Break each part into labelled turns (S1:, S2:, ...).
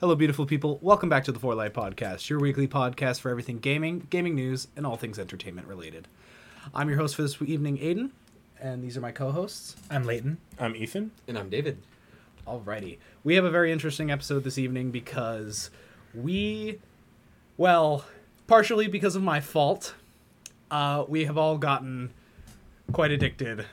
S1: Hello, beautiful people. Welcome back to the Four Light Podcast, your weekly podcast for everything gaming, gaming news, and all things entertainment related. I'm your host for this evening, Aiden, and these are my co hosts.
S2: I'm Leighton.
S3: I'm Um, Ethan.
S4: And I'm David.
S1: Alrighty. We have a very interesting episode this evening because we, well, partially because of my fault, uh, we have all gotten quite addicted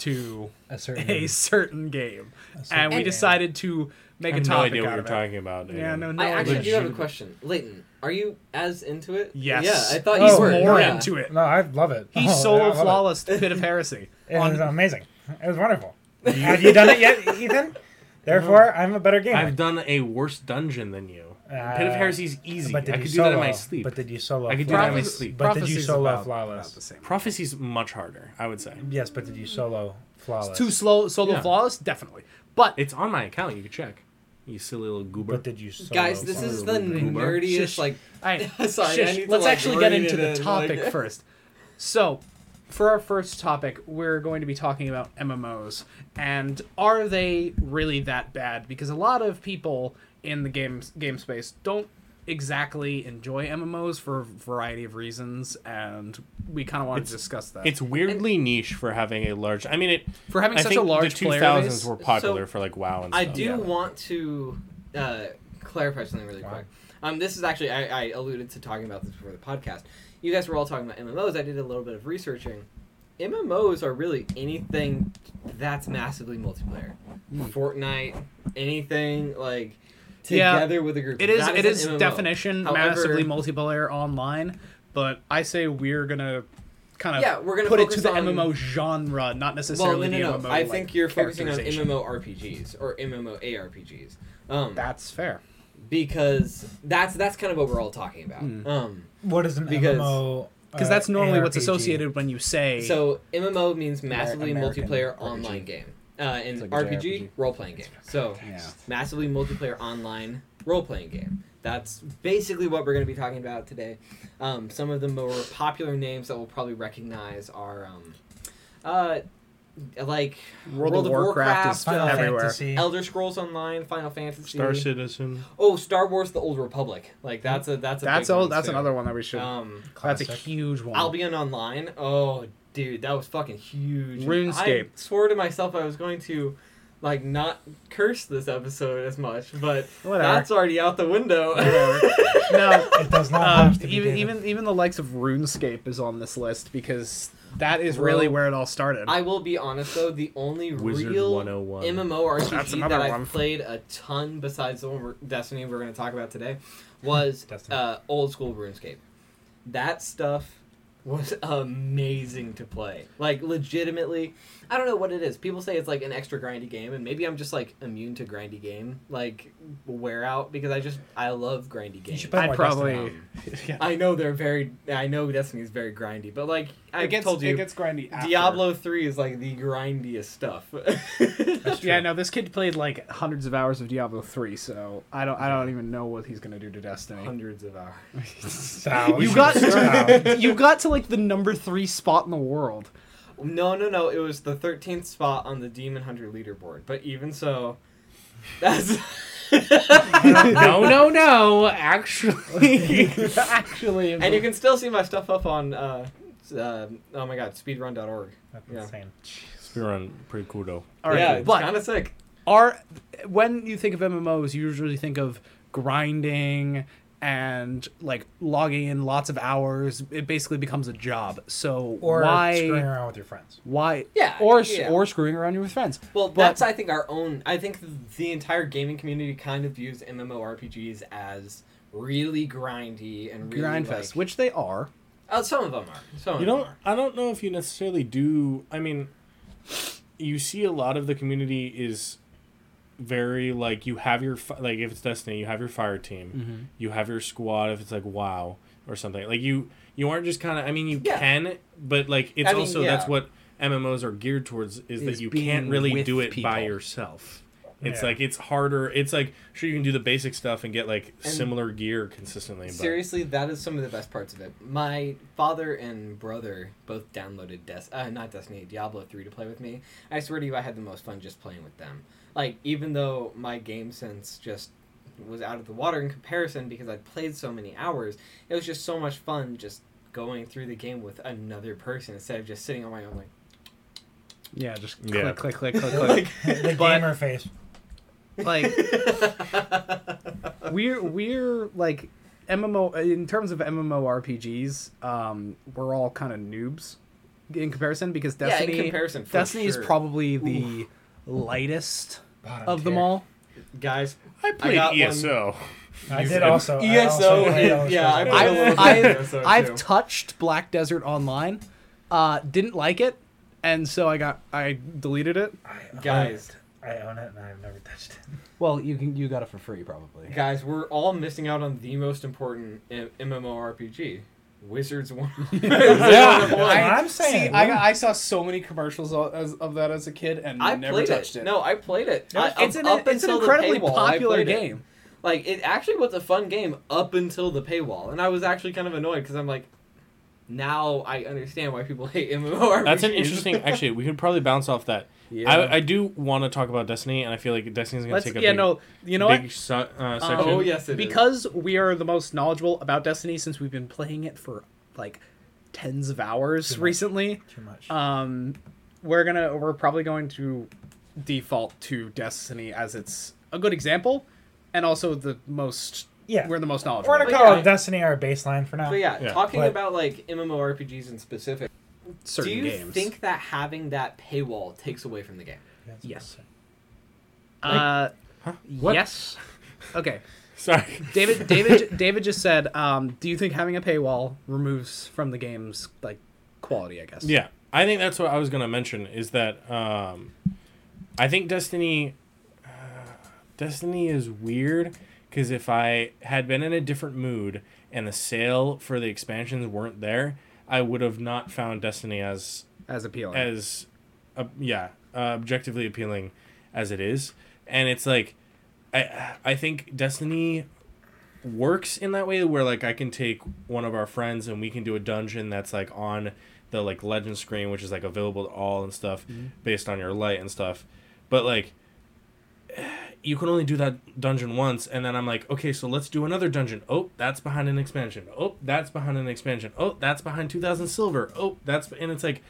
S1: to
S2: A certain
S3: Mm-hmm.
S1: a certain game. and we
S5: game.
S1: decided to make
S3: I
S1: a
S3: have no
S1: topic
S3: idea what
S1: out
S3: you're
S1: of it.
S3: talking about.
S1: Yeah, no, no.
S4: I actually do have a
S3: Legit-
S4: question. Leighton, are you as into it?
S1: Yes.
S4: Yeah, I thought
S1: He's
S4: you were.
S1: Oh, more
S4: yeah.
S1: into it.
S2: No, I love it.
S1: He's
S2: Oh, yeah, I
S1: solo
S2: love it.
S1: flawless bit of heresy.
S2: It
S1: on-
S2: was amazing. It was wonderful. Have you done it yet, Ethan? Therefore, I'm a better gamer.
S3: I've done a worse dungeon than you.
S2: Uh,
S3: Pit of Heresy's easy. I
S2: but did
S3: could
S2: you
S3: do
S2: solo,
S3: that in my sleep.
S2: But did you solo?
S3: I could do that in my
S2: flawless?
S3: sleep.
S2: But did you
S1: Prophecy's
S2: solo
S1: about-
S2: flawless?
S1: about the same.
S3: Prophecy's much harder, I would say.
S2: Yes, but did you solo flawless?
S1: Too slow, solo
S3: Yeah.
S1: flawless, definitely. But
S3: It's on my account. You can check. You silly little goober.
S2: But did you solo?
S4: Guys, this is the
S3: Sorry, Boomer.
S4: nerdiest,
S1: Shush.
S4: like.
S1: I,
S4: Sorry, I
S1: shush,
S4: need to,
S1: let's
S4: like,
S1: actually get
S4: rein
S1: into
S4: it
S1: the
S4: in, like-
S1: topic first. So, for our first topic, we're going to be talking about MMOs and are they really that bad? Because a lot of people in the game game space don't exactly enjoy MMOs for a variety of reasons, and we kind of want to discuss that.
S3: It's weirdly niche for having a large. I mean, it
S1: For having
S3: I
S1: such
S3: think
S1: a large
S3: The
S1: player
S3: 2000s
S1: base-
S3: were popular
S4: So,
S3: for like WoW and
S4: I
S3: stuff.
S4: do
S3: Yeah.
S4: want to uh, clarify something really quick. Um, this is actually I, I alluded to talking about this before the podcast. You guys were all talking about MMOs. I did a little bit of researching. MMOs are really anything that's massively multiplayer.
S1: Hmm.
S4: Fortnite, anything like
S1: Yeah.
S4: together with a group.
S1: It is.
S4: That
S1: It
S4: an
S1: is
S4: MMO.
S1: definition
S4: However-
S1: massively multiplayer online, but I say we're gonna kind of
S4: Yeah, we're gonna
S1: put it to
S4: focus
S1: the
S4: on-
S1: MMO genre, not
S4: Well, no,
S1: necessarily
S4: no,
S1: the
S4: no.
S1: MMO.
S4: I
S1: like,
S4: think you're focusing on
S1: characterization.
S4: MMORPGs or MMOARPGs. Um,
S1: That's fair.
S4: because that's that's kind of what we're all talking about.
S1: Hmm.
S4: Um,
S2: What is an
S4: Because-
S2: MMO?
S1: Because
S2: uh,
S1: that's normally what's
S2: ARPG?
S1: associated when you say
S4: So MMO means massively
S2: American
S4: multiplayer
S2: RPG.
S4: online game. Uh, and
S1: like a
S4: RPG,
S1: JRPG.
S4: role playing game. So
S1: Yeah.
S4: massively multiplayer online role playing game. That's basically what we're going to be talking about today. Um, some of the more popular names that we'll probably recognize are, um, uh, like
S1: World, of Warcraft, is
S2: Final
S4: uh,
S1: everywhere.
S2: Fantasy.
S4: Elder Scrolls Online, Final Fantasy,
S3: Star Citizen.
S4: oh Star Wars: The Old Republic. Like that's a that's a
S1: That's
S4: big
S1: all.
S4: one,
S1: That's
S4: too.
S1: another one that we should.
S4: Um,
S1: that's a
S2: Classic.
S1: huge one.
S4: Albion Online. Oh, dude, that was fucking huge.
S1: RuneScape.
S4: I swore to myself I was going to, like, not curse this episode as much, but
S1: Whatever.
S4: that's already out the window.
S1: no,
S2: It does not
S1: um,
S2: have to be
S1: even
S2: David.
S1: even even the likes of RuneScape is on this list because that is really
S4: Bro.
S1: where it all started.
S4: I will be honest though, the only
S3: Wizard
S4: real
S3: 101.
S1: That's
S4: MMORPG
S1: another
S4: that I've
S1: one.
S4: played a ton besides the one we're, Destiny we're going to talk about today was
S2: Destiny.
S4: uh, old school RuneScape. That stuff was amazing to play. Like legitimately, I don't know what it is. People say it's like an extra grindy game, and maybe I'm just like immune to grindy game like wear out because I just I love grindy
S2: You
S4: games.
S2: should play
S1: I'd
S2: more
S1: probably-
S2: Destiny.
S4: I know they're very. I know Destiny's very grindy, but like I
S1: it gets
S4: told you,
S1: it gets grindy. after.
S4: Diablo 3 is like the grindiest stuff.
S1: Yeah, no, this kid played like hundreds of hours of Diablo three, so I don't I don't even know what he's gonna do to Destiny.
S4: Hundreds of hours.
S2: Sal, we
S1: You
S2: should
S1: got
S2: stop.
S1: to, you got to like the number three spot in the world.
S4: No, no, no. It was the 13th spot on the Demon Hunter leaderboard. But even so, that's.
S3: no, no, no. Actually,
S1: Actually,
S4: and you can still see my stuff up on. Uh, uh, oh my god, speedrun.org.
S2: That's
S4: Yeah.
S2: insane.
S3: speedrun pretty cool though.
S1: all right,
S4: yeah, it's
S1: but
S4: kind of sick.
S1: are when you think of MMOs, you usually think of grinding and like logging in lots of hours. It basically becomes a job. So
S2: Or
S1: why
S2: screwing around with your friends.
S1: why
S4: Yeah,
S1: or s-
S4: yeah.
S1: or screwing around with friends?
S4: Well,
S1: But-
S4: that's, I think, our own. I think the entire gaming community kind of views MMORPGs as really grindy and really.
S1: Grindfest,
S4: like-
S1: which they are.
S4: Oh, some of them are. Some of
S3: You
S4: them
S3: don't.
S4: are.
S3: I don't know if you necessarily do. I mean, you see a lot of the community is very like you have your fi- like if it's Destiny, you have your fire team,
S1: Mm-hmm.
S3: you have your squad. If it's like WoW or something, like you you aren't just kind of. I mean, you
S4: Yeah.
S3: can, but like it's
S4: I mean,
S3: also
S4: yeah.
S3: that's what MMOs are geared towards is,
S1: Is
S3: that you
S1: being
S3: can't really
S1: with
S3: do it
S1: people.
S3: by yourself. It's
S2: Yeah.
S3: like it's harder. It's like sure you can do the basic stuff and get like
S4: And-
S3: similar gear consistently. But
S4: Seriously, that is some of the best parts of it. My father and brother both downloaded Des- uh, not Destiny, Diablo 3 to play with me. I swear to you, I had the most fun just playing with them. Like, even though my game sense just was out of the water in comparison because I played so many hours, it was just so much fun just going through the game with another person instead of just sitting on my own, like,
S1: Yeah, just click,
S3: Yeah.
S1: click, click, click, click.
S2: the
S1: But-
S2: gamer face.
S1: like we're we're like MMO in terms of MMORPGs, um, we're all kind of noobs in comparison because
S4: Yeah, in
S1: Destiny
S4: comparison, for
S1: Destiny is
S4: sure.
S1: probably the lightest
S2: Bottom
S1: of them
S2: tier.
S1: all.
S4: guys,
S3: I played E
S4: got one.
S3: ESO.
S2: I
S3: You
S2: did
S3: said-
S2: also. I
S4: ESO
S2: also played
S4: is-
S2: those
S4: yeah, I
S2: games.
S4: played a little
S1: I've I've,
S4: bit of ESO too.
S1: I've touched Black Desert Online, uh, didn't like it, and so I got I deleted it.
S2: I-
S4: guys,
S2: I own it and I've never touched it.
S1: Well, you can you got it for free probably.
S4: guys, we're all missing out on the most important M- MMORPG. Wizards one.
S1: Yeah.
S2: I,
S1: I-
S2: am saying.
S1: I, I saw so many commercials of, as, of that as a kid and
S4: I played it. No, I played it. I,
S1: it's an,
S4: up up
S1: it's an
S4: until the
S1: incredibly
S4: paywall, I
S1: popular
S4: played it.
S1: game.
S4: Like it actually was a fun game up until the paywall, and I was actually kind of annoyed because I'm like, now I understand why people hate MMORPGs.
S3: That's an interesting. Actually, we could probably bounce off that.
S1: Yeah.
S3: I, I do want to talk about Destiny, and I feel like Destiny's gonna
S1: Let's,
S3: take a
S1: yeah,
S3: big,
S1: no, you know
S3: big
S1: what?
S3: su- uh,
S1: Um,
S3: section.
S4: Oh, yes, it is.
S1: because we are the most knowledgeable about Destiny since we've been playing it for like tens of hours
S2: Too much.
S1: recently.
S2: Too much.
S1: Um, we're gonna we're probably going to default to Destiny as it's a good example, and also the most
S2: Yeah.
S1: we're the most knowledgeable.
S2: We're gonna
S4: but
S2: call
S4: yeah.
S2: Destiny our baseline for now.
S4: But yeah,
S3: Yeah.
S4: talking
S2: But-
S4: about like MMORPGs in specific,
S1: certain
S4: do you
S1: games.
S4: think that having that paywall takes away from the game?
S2: That's
S1: Yes.
S2: what I'm
S1: uh,
S3: Huh? What?
S1: yes. Okay.
S3: Sorry.
S1: David David David just said, um, do you think having a paywall removes from the game's like quality, I guess?
S3: Yeah, I think that's what I was gonna mention is that um, I think Destiny, uh, Destiny is weird because if I had been in a different mood and the sale for the expansions weren't there, I would have not found Destiny as
S1: As appealing.
S3: as uh, yeah uh, objectively appealing as it is and it's like i i think destiny works in that way where like i can take one of our friends and we can do a dungeon that's like on the like legend screen which is like available to all and stuff based on your light and stuff but like you can only do that dungeon once and then i'm like okay so let's do another dungeon oh that's behind an expansion oh that's behind an expansion oh that's behind 2000 silver oh that's and it's like
S2: saying.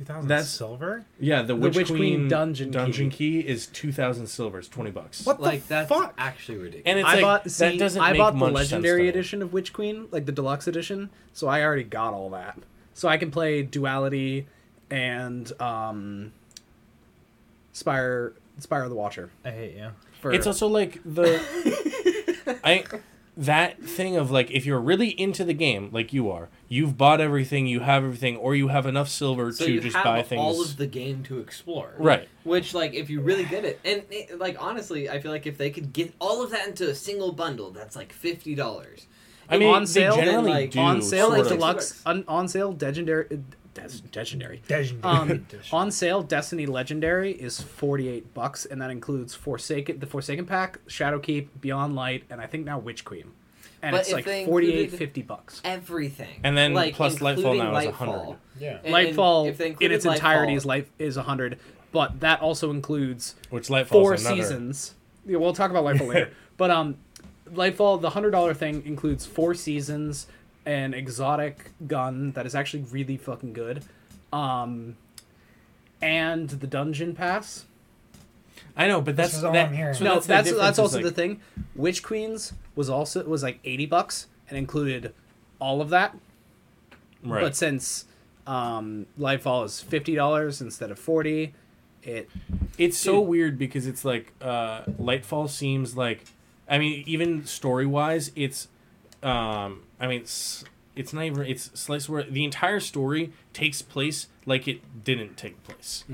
S2: 2000
S3: That's-
S2: silver.
S3: yeah, the Witch,
S1: Witch Queen
S3: Queen,
S1: dungeon
S3: dungeon key. is two thousand silvers, twenty bucks.
S2: What
S4: like
S2: the
S4: that's
S2: fuck?
S4: actually ridiculous.
S3: And it's
S1: I
S3: like
S1: bought see,
S3: that doesn't
S1: I
S3: make
S1: bought the
S3: much
S1: legendary
S3: sense to me.
S1: edition of Witch Queen, like the deluxe edition, so I already got all that. So I can play Duality and um Spire Spire of the Watcher.
S2: I hate you.
S1: For
S3: It's also like the I that thing of like if you're really into the game, like you are, you've bought everything, you have everything, or you have enough silver
S4: so
S3: to
S4: you
S3: just
S4: have
S3: buy things.
S4: all of the game to explore
S3: Right.
S4: which like if you really get it and it, like honestly i feel like if they could get all of that into a single bundle that's like $50
S3: I mean,
S1: on sale,
S3: they
S1: then,
S3: generally
S4: like,
S3: do
S1: on sale
S4: sort
S1: like
S4: of-
S1: deluxe on, on sale legendary uh, des- legendary.
S2: Legendary
S1: Um,
S2: edition.
S1: on sale, Destiny Legendary is forty eight bucks, and that includes Forsaken, the Forsaken pack, Shadowkeep, Beyond Light, and I think now Witch Queen, and
S4: But
S1: it's
S4: if
S1: like
S4: they
S1: 48
S4: included-
S1: 50 bucks.
S4: everything
S3: And then
S4: like,
S3: plus Lightfall
S4: including
S3: now is
S4: Lightfall.
S3: 100.
S2: Yeah.
S4: And- and
S1: Lightfall
S4: if they
S1: in
S4: included
S1: its entirety
S4: Lightfall-
S1: is life is hundred, but that also includes
S3: which Lightfall's
S1: four
S3: another.
S1: seasons. Yeah, we'll talk about Lightfall later, but um, Lightfall the hundred dollar thing includes four seasons, an exotic gun that is actually really fucking good, um, and the dungeon pass.
S3: I know, but that's
S2: is all
S3: that-
S2: I'm hearing.
S3: so
S1: no,
S3: that's
S1: that's
S3: the
S1: that's,
S3: difference is,
S1: also
S3: like-
S1: the thing. Witch Queens was also was like eighty bucks and included all of that.
S3: Right.
S1: But since um, Lightfall is fifty dollars instead of forty, it
S3: It's so weird because it's like uh, Lightfall seems like, I mean, even story wise, it's, um, I mean, it's, it's not even it's slice where the entire story
S1: Mm-hmm.
S3: takes place like it didn't take place.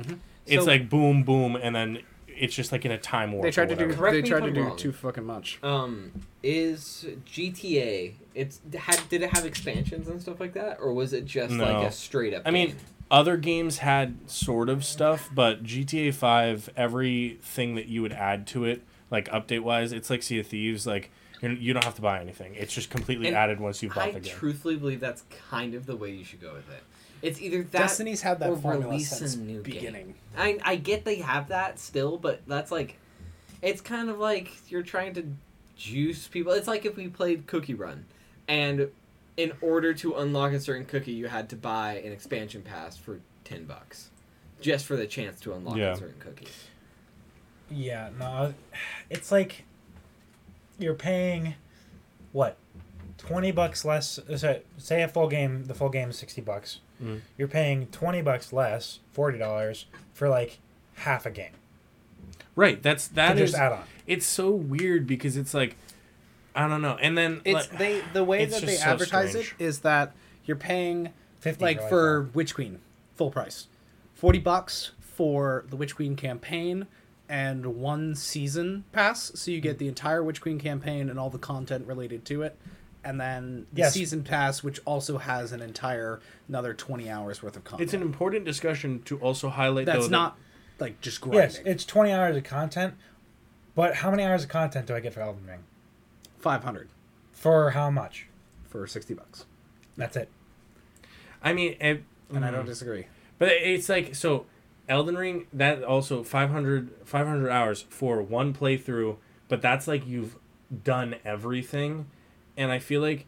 S3: It's
S4: So-
S3: like boom, boom, and then it's just like in a time warp.
S1: They
S3: or
S1: tried to do.
S3: whatever.
S4: Correct
S1: They
S4: me
S1: tried
S4: if
S1: to
S4: I'm
S1: do
S4: wrong.
S1: too fucking much.
S4: Um, is GTA? It's had did it have expansions and stuff like that, or was it just
S3: No.
S4: like a straight up?
S3: I mean,
S4: game?
S3: other games had sort of stuff, but GTA Five, everything that you would add to it, like update wise, it's like Sea of Thieves. Like you're, you don't have to buy anything; it's just completely
S4: And
S3: added once you bought
S4: I
S3: the game.
S4: truthfully believe that's kind of the way you should go with it. It's either that.
S1: Destiny's had
S4: or
S1: that formula
S4: release a
S1: since
S4: new game.
S1: beginning.
S4: I I get they have that still, but that's like, it's kind of like you're trying to juice people. It's like if we played Cookie Run, and in order to unlock a certain cookie, you had to buy an expansion pass for ten bucks, just for the chance to unlock
S3: Yeah.
S4: a certain cookie.
S2: Yeah, no, it's like you're paying what twenty bucks less. So say a full game, the full game is sixty bucks.
S3: Mm.
S2: You're paying twenty bucks less, forty dollars for like half a game
S3: Right. That's that
S2: to
S3: is.
S2: just add on.
S3: It's so weird because it's like, I don't know, and then
S1: It's
S3: like,
S1: they the way
S3: it's
S1: that they
S3: just so
S1: advertise
S3: strange.
S1: it is that you're paying
S2: 50
S1: like
S2: really
S1: for Witch Queen full price, forty bucks for the Witch Queen campaign and one season pass, so you
S3: Hmm.
S1: get the entire Witch Queen campaign and all the content related to it, and then the
S2: Yes.
S1: season pass, which also has an entire another twenty hours worth of content.
S3: It's an important discussion to also highlight.
S1: That's
S3: though, that-
S1: not like just grinding.
S2: Yes, it's twenty hours of content, but how many hours of content do I get for Elden Ring?
S1: five hundred
S2: For how much?
S1: for sixty bucks,
S2: That's it.
S3: I mean, it,
S1: and I
S3: Hmm.
S1: don't disagree.
S3: But it's like so Elden Ring that also 500 500 hours for one playthrough, but that's like you've done everything and I feel like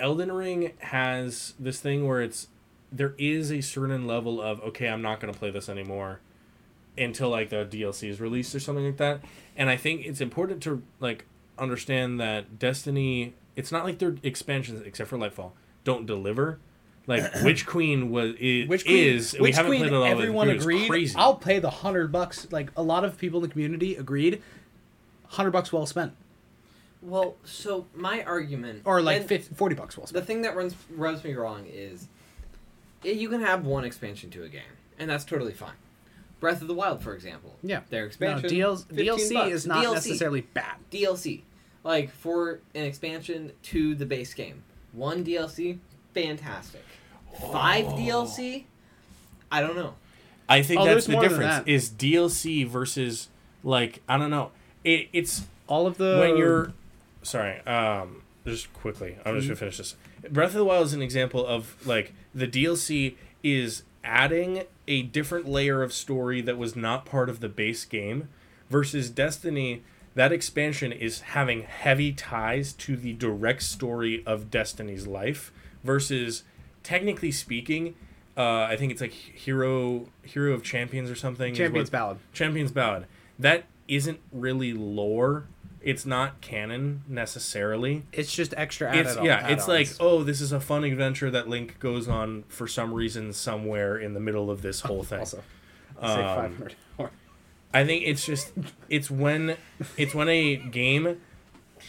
S3: Elden Ring has this thing where it's there is a certain level of okay, I'm not going to play this anymore until like the DLC is released or something like that. And I think it's important to like understand that Destiny it's not like their expansions except for Lightfall don't deliver. Like Witch Queen was it
S1: Which Queen,
S3: is and
S1: Which
S3: we haven't
S1: Queen,
S3: played it all the way
S1: everyone
S3: through. It's
S1: agreed.
S3: Crazy.
S1: I'll pay the hundred bucks. Like a lot of people in the community agreed, hundred bucks well spent,
S4: Well, so my argument,
S1: or like
S4: and
S1: 50, forty bucks well
S4: the
S1: spent.
S4: thing that runs rubs me wrong is, i- you can have one expansion to a game, and that's totally fine. Breath of the Wild, for example,
S1: yeah,
S4: their
S1: no,
S4: expansion
S1: DL,
S4: 15
S1: DLC
S4: bucks.
S1: is not
S4: DLC.
S1: necessarily bad.
S4: DLC, like for an expansion to the base game. One DLC, fantastic. Five
S3: Oh.
S4: DLC, I don't know.
S3: I think
S1: Oh,
S3: that's
S1: there's
S3: the
S1: more than
S3: difference
S1: that.
S3: is DLC versus like I don't know. It, it's
S1: All of the
S3: when you're sorry um just quickly i'm just gonna finish this breath of the wild is an example of like the dlc is adding a different layer of story that was not part of the base game versus destiny that expansion is having heavy ties to the direct story of destiny's life versus technically speaking uh, i think it's like hero hero of champions or something is
S1: Champions
S3: what-
S1: Ballad.
S3: Champions Ballad. That isn't really lore. It's not canon necessarily.
S1: it's just extra.
S3: It's
S1: added on-
S3: yeah, it's like,
S1: add-ons.
S3: oh, this is a fun adventure that Link goes on for some reason somewhere in the middle of this whole thing.
S1: also say
S3: um,
S1: five hundred.
S3: I think it's just it's when it's when a game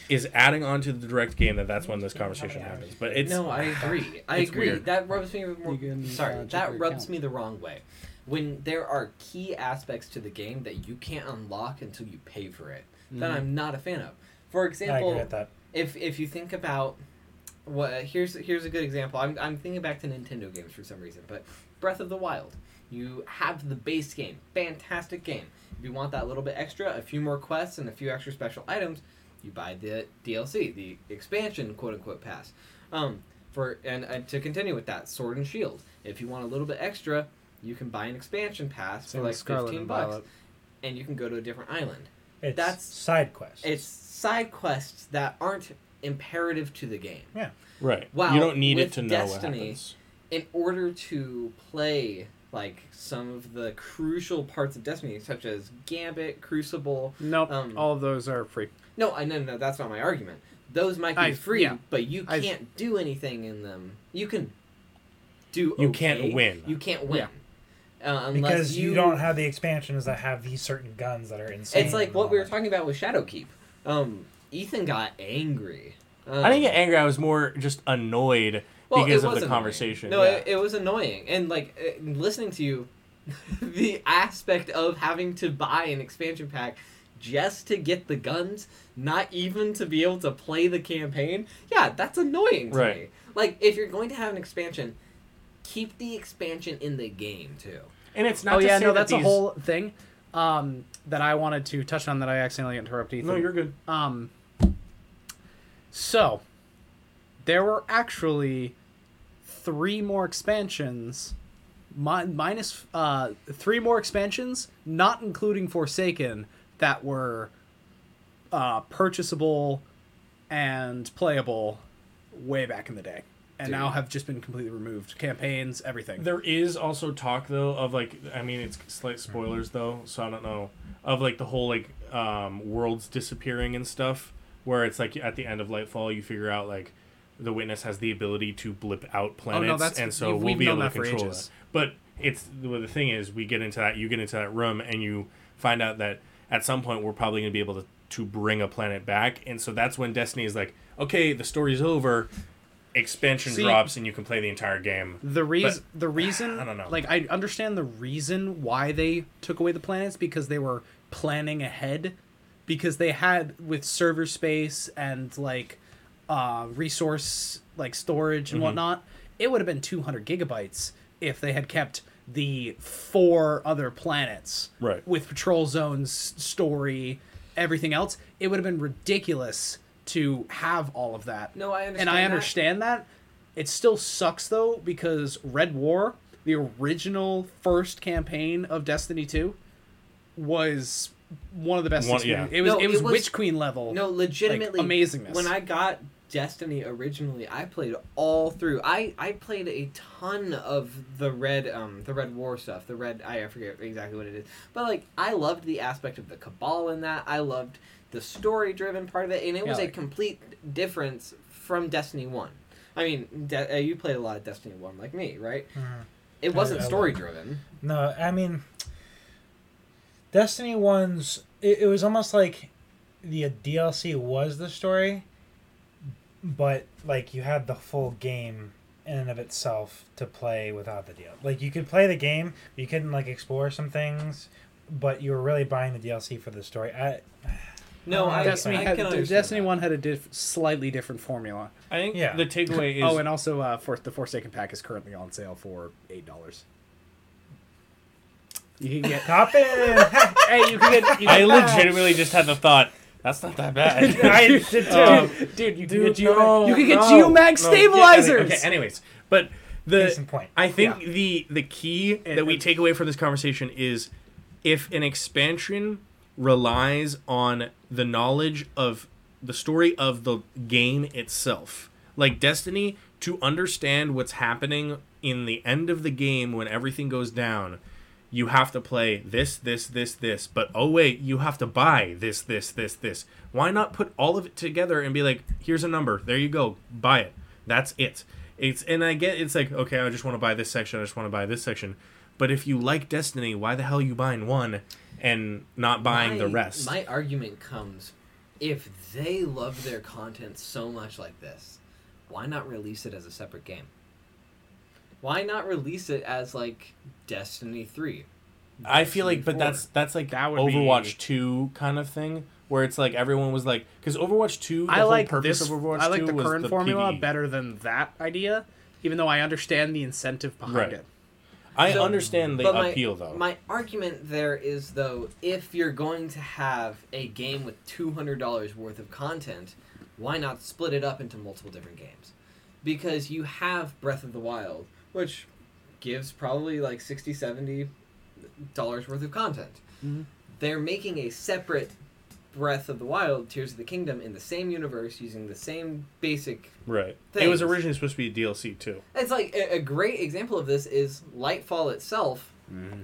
S3: is adding on to the direct game that that's when this conversation happens. But it's
S4: no, I agree. I
S3: it's
S4: agree.
S3: weird.
S4: That rubs me. More,
S1: You can, uh,
S4: sorry,
S1: check
S4: that
S1: your
S4: rubs
S1: account.
S4: me the wrong way. When there are key aspects to the game that you can't unlock until you pay for it, that
S1: Mm-hmm.
S4: I'm not a fan of. For
S2: I agree
S4: example,
S2: with that.
S4: if if you think about what here's here's a good example. I'm I'm thinking back to Nintendo games for some reason, but Breath of the Wild. You have the base game, fantastic game. If you want that little bit extra, a few more quests and a few extra special items, you buy the DLC, the expansion quote unquote pass. Um, for and, and to continue with that, Sword and Shield. If you want a little bit extra, you can buy an expansion pass
S1: Same
S4: for like
S1: with Scarlet
S4: fifteen
S1: and
S4: bucks,
S1: Violet.
S4: and you can go to a different island
S2: It's
S4: that's-
S2: side quest.
S4: it's side quests that aren't imperative to the game.
S2: yeah.
S3: right.
S4: Wow,
S3: you don't need it
S4: with
S3: to know
S4: Destiny-
S3: what happens.
S4: In order to play like some of the crucial parts of Destiny, such as Gambit, Crucible.
S1: Nope,
S4: um,
S1: all of those are free.
S4: No, I no no, no that's not my argument. Those might be
S1: I-
S4: free,
S1: yeah.
S4: but you
S1: I-
S4: can't do anything in them. You can do.
S3: You can't
S4: okay,
S3: win.
S4: You can't win. Uh, unless
S2: Because you,
S4: you
S2: don't have the expansions that have these certain guns that are insane.
S4: It's like
S2: and
S4: what
S2: all
S4: we were
S2: that.
S4: talking about with Shadowkeep. Um, Ethan got angry. Um,
S3: I didn't get angry. I was more just annoyed
S4: Well,
S3: because
S4: it
S3: of
S4: was
S3: the
S4: annoying.
S3: conversation.
S4: No,
S3: yeah.
S4: it, it was annoying, and like uh, listening to you the aspect of having to buy an expansion pack just to get the guns, not even to be able to play the campaign, yeah, that's annoying to
S3: Right.
S4: me. Like, if you're going to have an expansion, keep the expansion in the game, too.
S3: And it's not.
S1: Oh
S3: to
S1: yeah,
S3: say
S1: no,
S3: that
S1: that's a
S3: these-
S1: whole thing um, that I wanted to touch on that I accidentally interrupted. Ethan.
S3: No, you're good.
S1: Um, so, there were actually three more expansions, mi- minus uh, three more expansions, not including Forsaken, that were uh, purchasable and playable way back in the day, and now have just been completely removed. Campaigns, everything.
S3: There is also talk though of like I mean it's slight spoilers though, so I don't know of like the whole like um, worlds disappearing and stuff, where it's like at the end of Lightfall you figure out like the witness has the ability to blip out planets,
S1: Oh, that's-
S3: and so
S1: we've-
S3: we'll
S1: we've
S3: be
S1: known
S3: able to
S1: that for
S3: control
S1: ages.
S3: that. But it's well, the thing is we get into that you get into that room and you find out that at some point we're probably gonna be able to to bring a planet back, and so that's when Destiny is like okay the story's over. Expansion
S1: See-
S3: drops and you can play the entire game.
S1: The reason, the reason,
S3: I don't know.
S1: Like I understand the reason why they took away the planets because they were planning ahead, because they had with server space and like uh, resource like storage
S3: Mm-hmm.
S1: and whatnot. It would have been two hundred gigabytes if they had kept the four other planets
S3: Right.
S1: with patrol zones, story, everything else. It would have been ridiculous to have all of that.
S4: No, I
S1: And I
S4: understand that.
S1: understand that. It still sucks though because Red War, the original first campaign of Destiny 2, was one of the best.
S3: One-
S1: experience-
S3: yeah.
S1: It was
S4: No,
S1: it was
S4: it was-
S1: Witch Queen level.
S4: No, legitimately
S1: amazingness.
S4: When I got Destiny originally, I played all through. I I played a ton of the red um the red war stuff. The red I I forget exactly what it is, but like I loved the aspect of the cabal in that. I loved the story driven part of it, and it was
S1: Yeah,
S4: a
S1: like-
S4: complete difference from Destiny One. I mean, De- uh, you played a lot of Destiny One, like me, right? It wasn't
S2: I love-
S4: story driven.
S2: No, I mean, Destiny One's it, it was almost like the uh, DLC was the story, but like you had the full game in and of itself to play without the deal. Like you could play the game, but you couldn't like explore some things, but you were really buying the DLC for the story. I,
S4: No, I,
S1: Destiny
S4: I
S1: had
S4: can understand
S1: Destiny
S4: that.
S1: One had a diff, slightly different formula.
S3: I think
S2: Yeah.
S3: the takeaway is
S1: oh, and also uh, for the Forsaken pack is currently on sale for eight dollars. You can get
S2: Cop it!
S1: hey, you can get. You
S3: I
S1: can,
S3: legitimately just had the thought that's not that bad.
S2: I did too.
S3: Um,
S1: dude, you can
S3: Dude,
S1: get Geo-
S3: no,
S1: you can get
S3: no,
S1: Geomag
S3: no, get-
S1: stabilizers.
S3: Okay, anyways, but
S2: Case in
S3: the
S2: point.
S3: I think the the key that we
S1: and-
S3: take away from this conversation is if an expansion relies on the knowledge of the story of the game itself, like Destiny, to understand what's happening in the end of the game when everything goes down. You have to play this, this, this, this. But oh wait, you have to buy this, this, this, this. Why not put all of it together and be like, here's a number. There you go. Buy it. That's it. It's and I get it's like okay, I just want to buy this section. I just want to buy this section. But if you like Destiny, why the hell are you buying one and not buying the
S4: my-
S3: rest?
S4: My argument comes if they love their content so much like this, why not release it as a separate game? Why not release it as like Destiny 3?
S3: I feel like, but
S4: Destiny
S3: that's that's like
S1: That would
S3: Overwatch
S1: be-
S3: Two kind of thing, where it's like everyone was like, because Overwatch Two, the
S1: I
S3: whole
S1: like
S3: purpose
S1: this.
S3: of Overwatch
S1: I like
S3: 2
S1: the
S3: was
S1: current formula
S3: PvE.
S1: better than that idea, even though I understand the incentive behind
S3: Right.
S1: it.
S3: I
S4: So-
S3: understand the appeal
S4: my,
S3: though.
S4: My argument there is though, if you're going to have a game with two hundred dollars worth of content, why not split it up into multiple different games? Because you have Breath of the Wild, which gives probably like 60 70 dollars worth of content. They're making a separate Breath of the Wild, Tears of the Kingdom in the same universe using the same basic
S3: right. It
S4: things.
S3: was originally supposed to be a DLC too.
S4: it's like a, a great example of this is Lightfall itself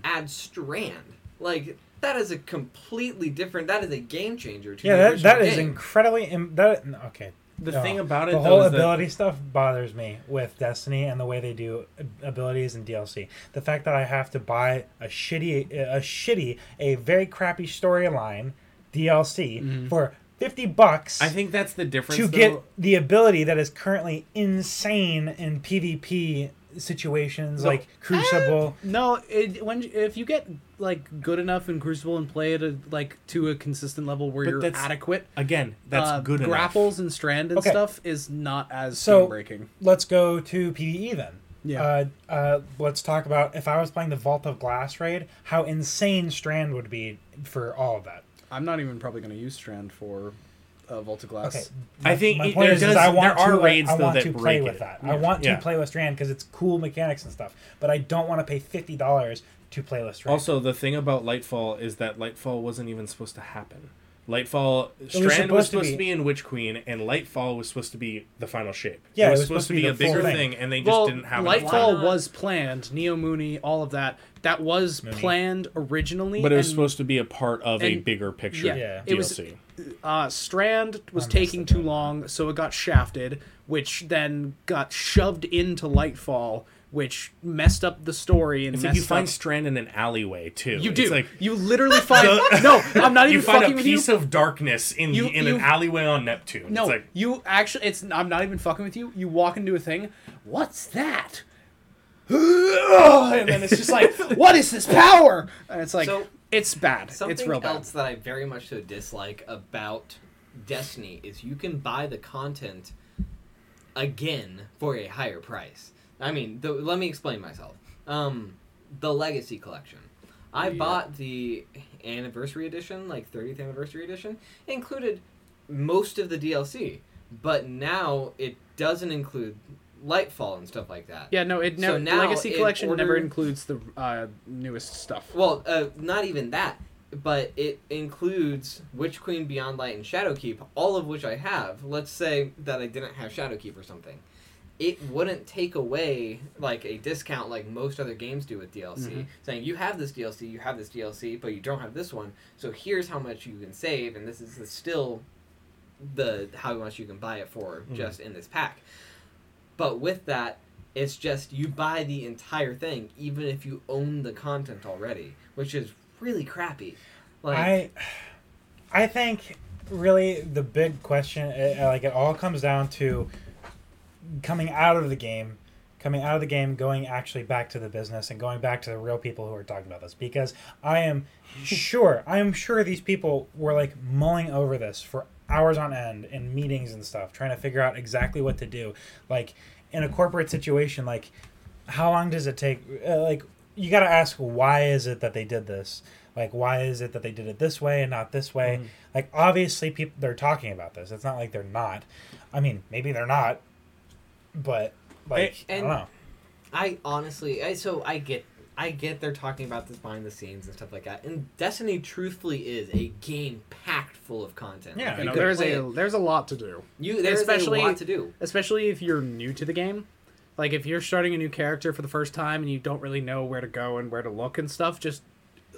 S4: adds Strand. Like that is a completely different. That is a game changer. To
S2: yeah,
S4: the
S2: that,
S4: original
S2: that is
S4: game.
S2: incredibly. Im- that no, okay.
S3: The
S2: No.
S3: thing about it,
S2: the
S3: though,
S2: whole
S3: is that-
S2: ability stuff bothers me with Destiny and the way they do ab- abilities and DLC. The fact that I have to buy a shitty, a shitty, a very crappy storyline DLC for fifty bucks
S3: Mm-hmm. I think that's the difference.
S2: to
S3: though.
S2: get the ability that is currently insane in PvP situations
S1: No.
S2: like Crucible.
S1: No, it, when if you get like good enough in Crucible and play it at, like to a consistent level where
S3: But
S1: you're
S3: that's-
S1: adequate,
S3: Again, that's
S1: uh,
S3: good
S1: Grapples and strand and
S2: Okay.
S1: stuff is not as
S2: So-
S1: game breaking.
S2: Let's go to PVE then.
S1: Yeah.
S2: Uh, uh, let's talk about if I was playing the Vault of Glass raid, how insane Strand would be for all of that.
S1: I'm not even probably going to use strand for uh, Volta Glass.
S2: Okay.
S3: I think
S2: my
S3: it-
S2: point
S3: there
S2: is, is
S3: does-
S2: I want
S3: there are
S2: to, I-
S3: raids,
S2: I,
S3: though,
S2: want
S3: that
S2: to play
S3: break
S2: with
S3: it.
S2: that. I want
S3: Yeah.
S2: to play with Strand because it's cool mechanics and stuff. But I don't want to pay fifty dollars to play with Strand.
S3: Also, the thing about Lightfall is that Lightfall wasn't even supposed to happen. Lightfall Strand was supposed,
S2: supposed to
S3: to,
S2: be-
S3: be in Witch Queen, and Lightfall was supposed to be the final shape.
S2: Yeah,
S3: it was, supposed, to be, a
S2: the full
S3: bigger
S2: thing.
S3: thing. and they just
S1: well,
S3: didn't have enough time.
S1: Lightfall was planned. Neo Mooney, all of that. That was planned originally.
S3: But it was
S1: and,
S3: supposed to be a part of a
S1: and-
S3: bigger picture.
S1: yeah,
S2: Yeah.
S1: it was-
S3: DLC.
S1: uh, Strand was
S2: I messed
S1: taking
S2: it
S1: too
S2: up.
S1: long, so it got shafted, which then got shoved into Lightfall, which messed up the story and
S3: It's like
S1: messed
S3: you find
S1: up.
S3: Strand in an alleyway too.
S1: you
S3: It's
S1: do.
S3: like
S1: you literally find. no, I'm not even
S3: you find
S1: fucking
S3: a
S1: with
S3: piece
S1: you.
S3: of darkness in
S1: You-
S3: in
S1: you-
S3: an alleyway on Neptune.
S1: no,
S3: It's like
S1: you actually. It's. I'm not even fucking with you. You walk into a thing. What's that? and then it's just like, what is this power? And it's like,
S4: So-
S1: it's bad.
S4: Something
S1: It's real bad.
S4: else that I very much so dislike about Destiny is you can buy the content again for a higher price. I mean, the, let me explain myself. Um, the Legacy Collection. I
S1: Yeah.
S4: bought the anniversary edition, like 30th anniversary edition, included most of the DLC, but now it doesn't include Lightfall and stuff like that.
S1: Yeah, no, it
S4: So
S1: never.
S4: now
S1: Legacy
S4: in
S1: Collection never
S4: order-
S1: includes the uh, newest stuff.
S4: Well, uh, not even that, but it includes Witch Queen, Beyond Light, and Shadowkeep, all of which I have. Let's say that I didn't have Shadowkeep or something. It wouldn't take away like a discount like most other games do with DLC, saying you have this DLC, you have this DLC, but you don't have this one. So here's how much you can save, and this is the, still the how much you can buy it for just in this pack. But with that, it's just you buy the entire thing, even if you own the content already, which is really crappy. Like,
S2: I, I think really the big question, uh, uh, like it all comes down to coming out of the game, coming out of the game, going actually back to the business and going back to the real people who are talking about this. Because I am sure, I am sure these people were like mulling over this for hours on end in meetings and stuff, trying to figure out exactly what to do. Like in a corporate situation, like how long does it take uh, like you got to ask why is it that they did this like why is it that they did it this way and not this way like obviously people they're talking about this it's not like they're not i mean maybe they're not but like i
S4: And-
S2: don't know
S4: I honestly, I so I get, I get they're talking about this behind the scenes and stuff like that. And Destiny, truthfully, is a game packed full of content.
S2: Yeah,
S4: Like,
S1: You
S4: you
S1: know,
S4: could
S1: there's
S4: play
S1: a
S4: it.
S1: there's a lot to do,
S4: you there's
S1: especially-
S4: a lot to do.
S1: especially if you're new to the game. Like if you're starting a new character for the first time and you don't really know where to go and where to look and stuff, just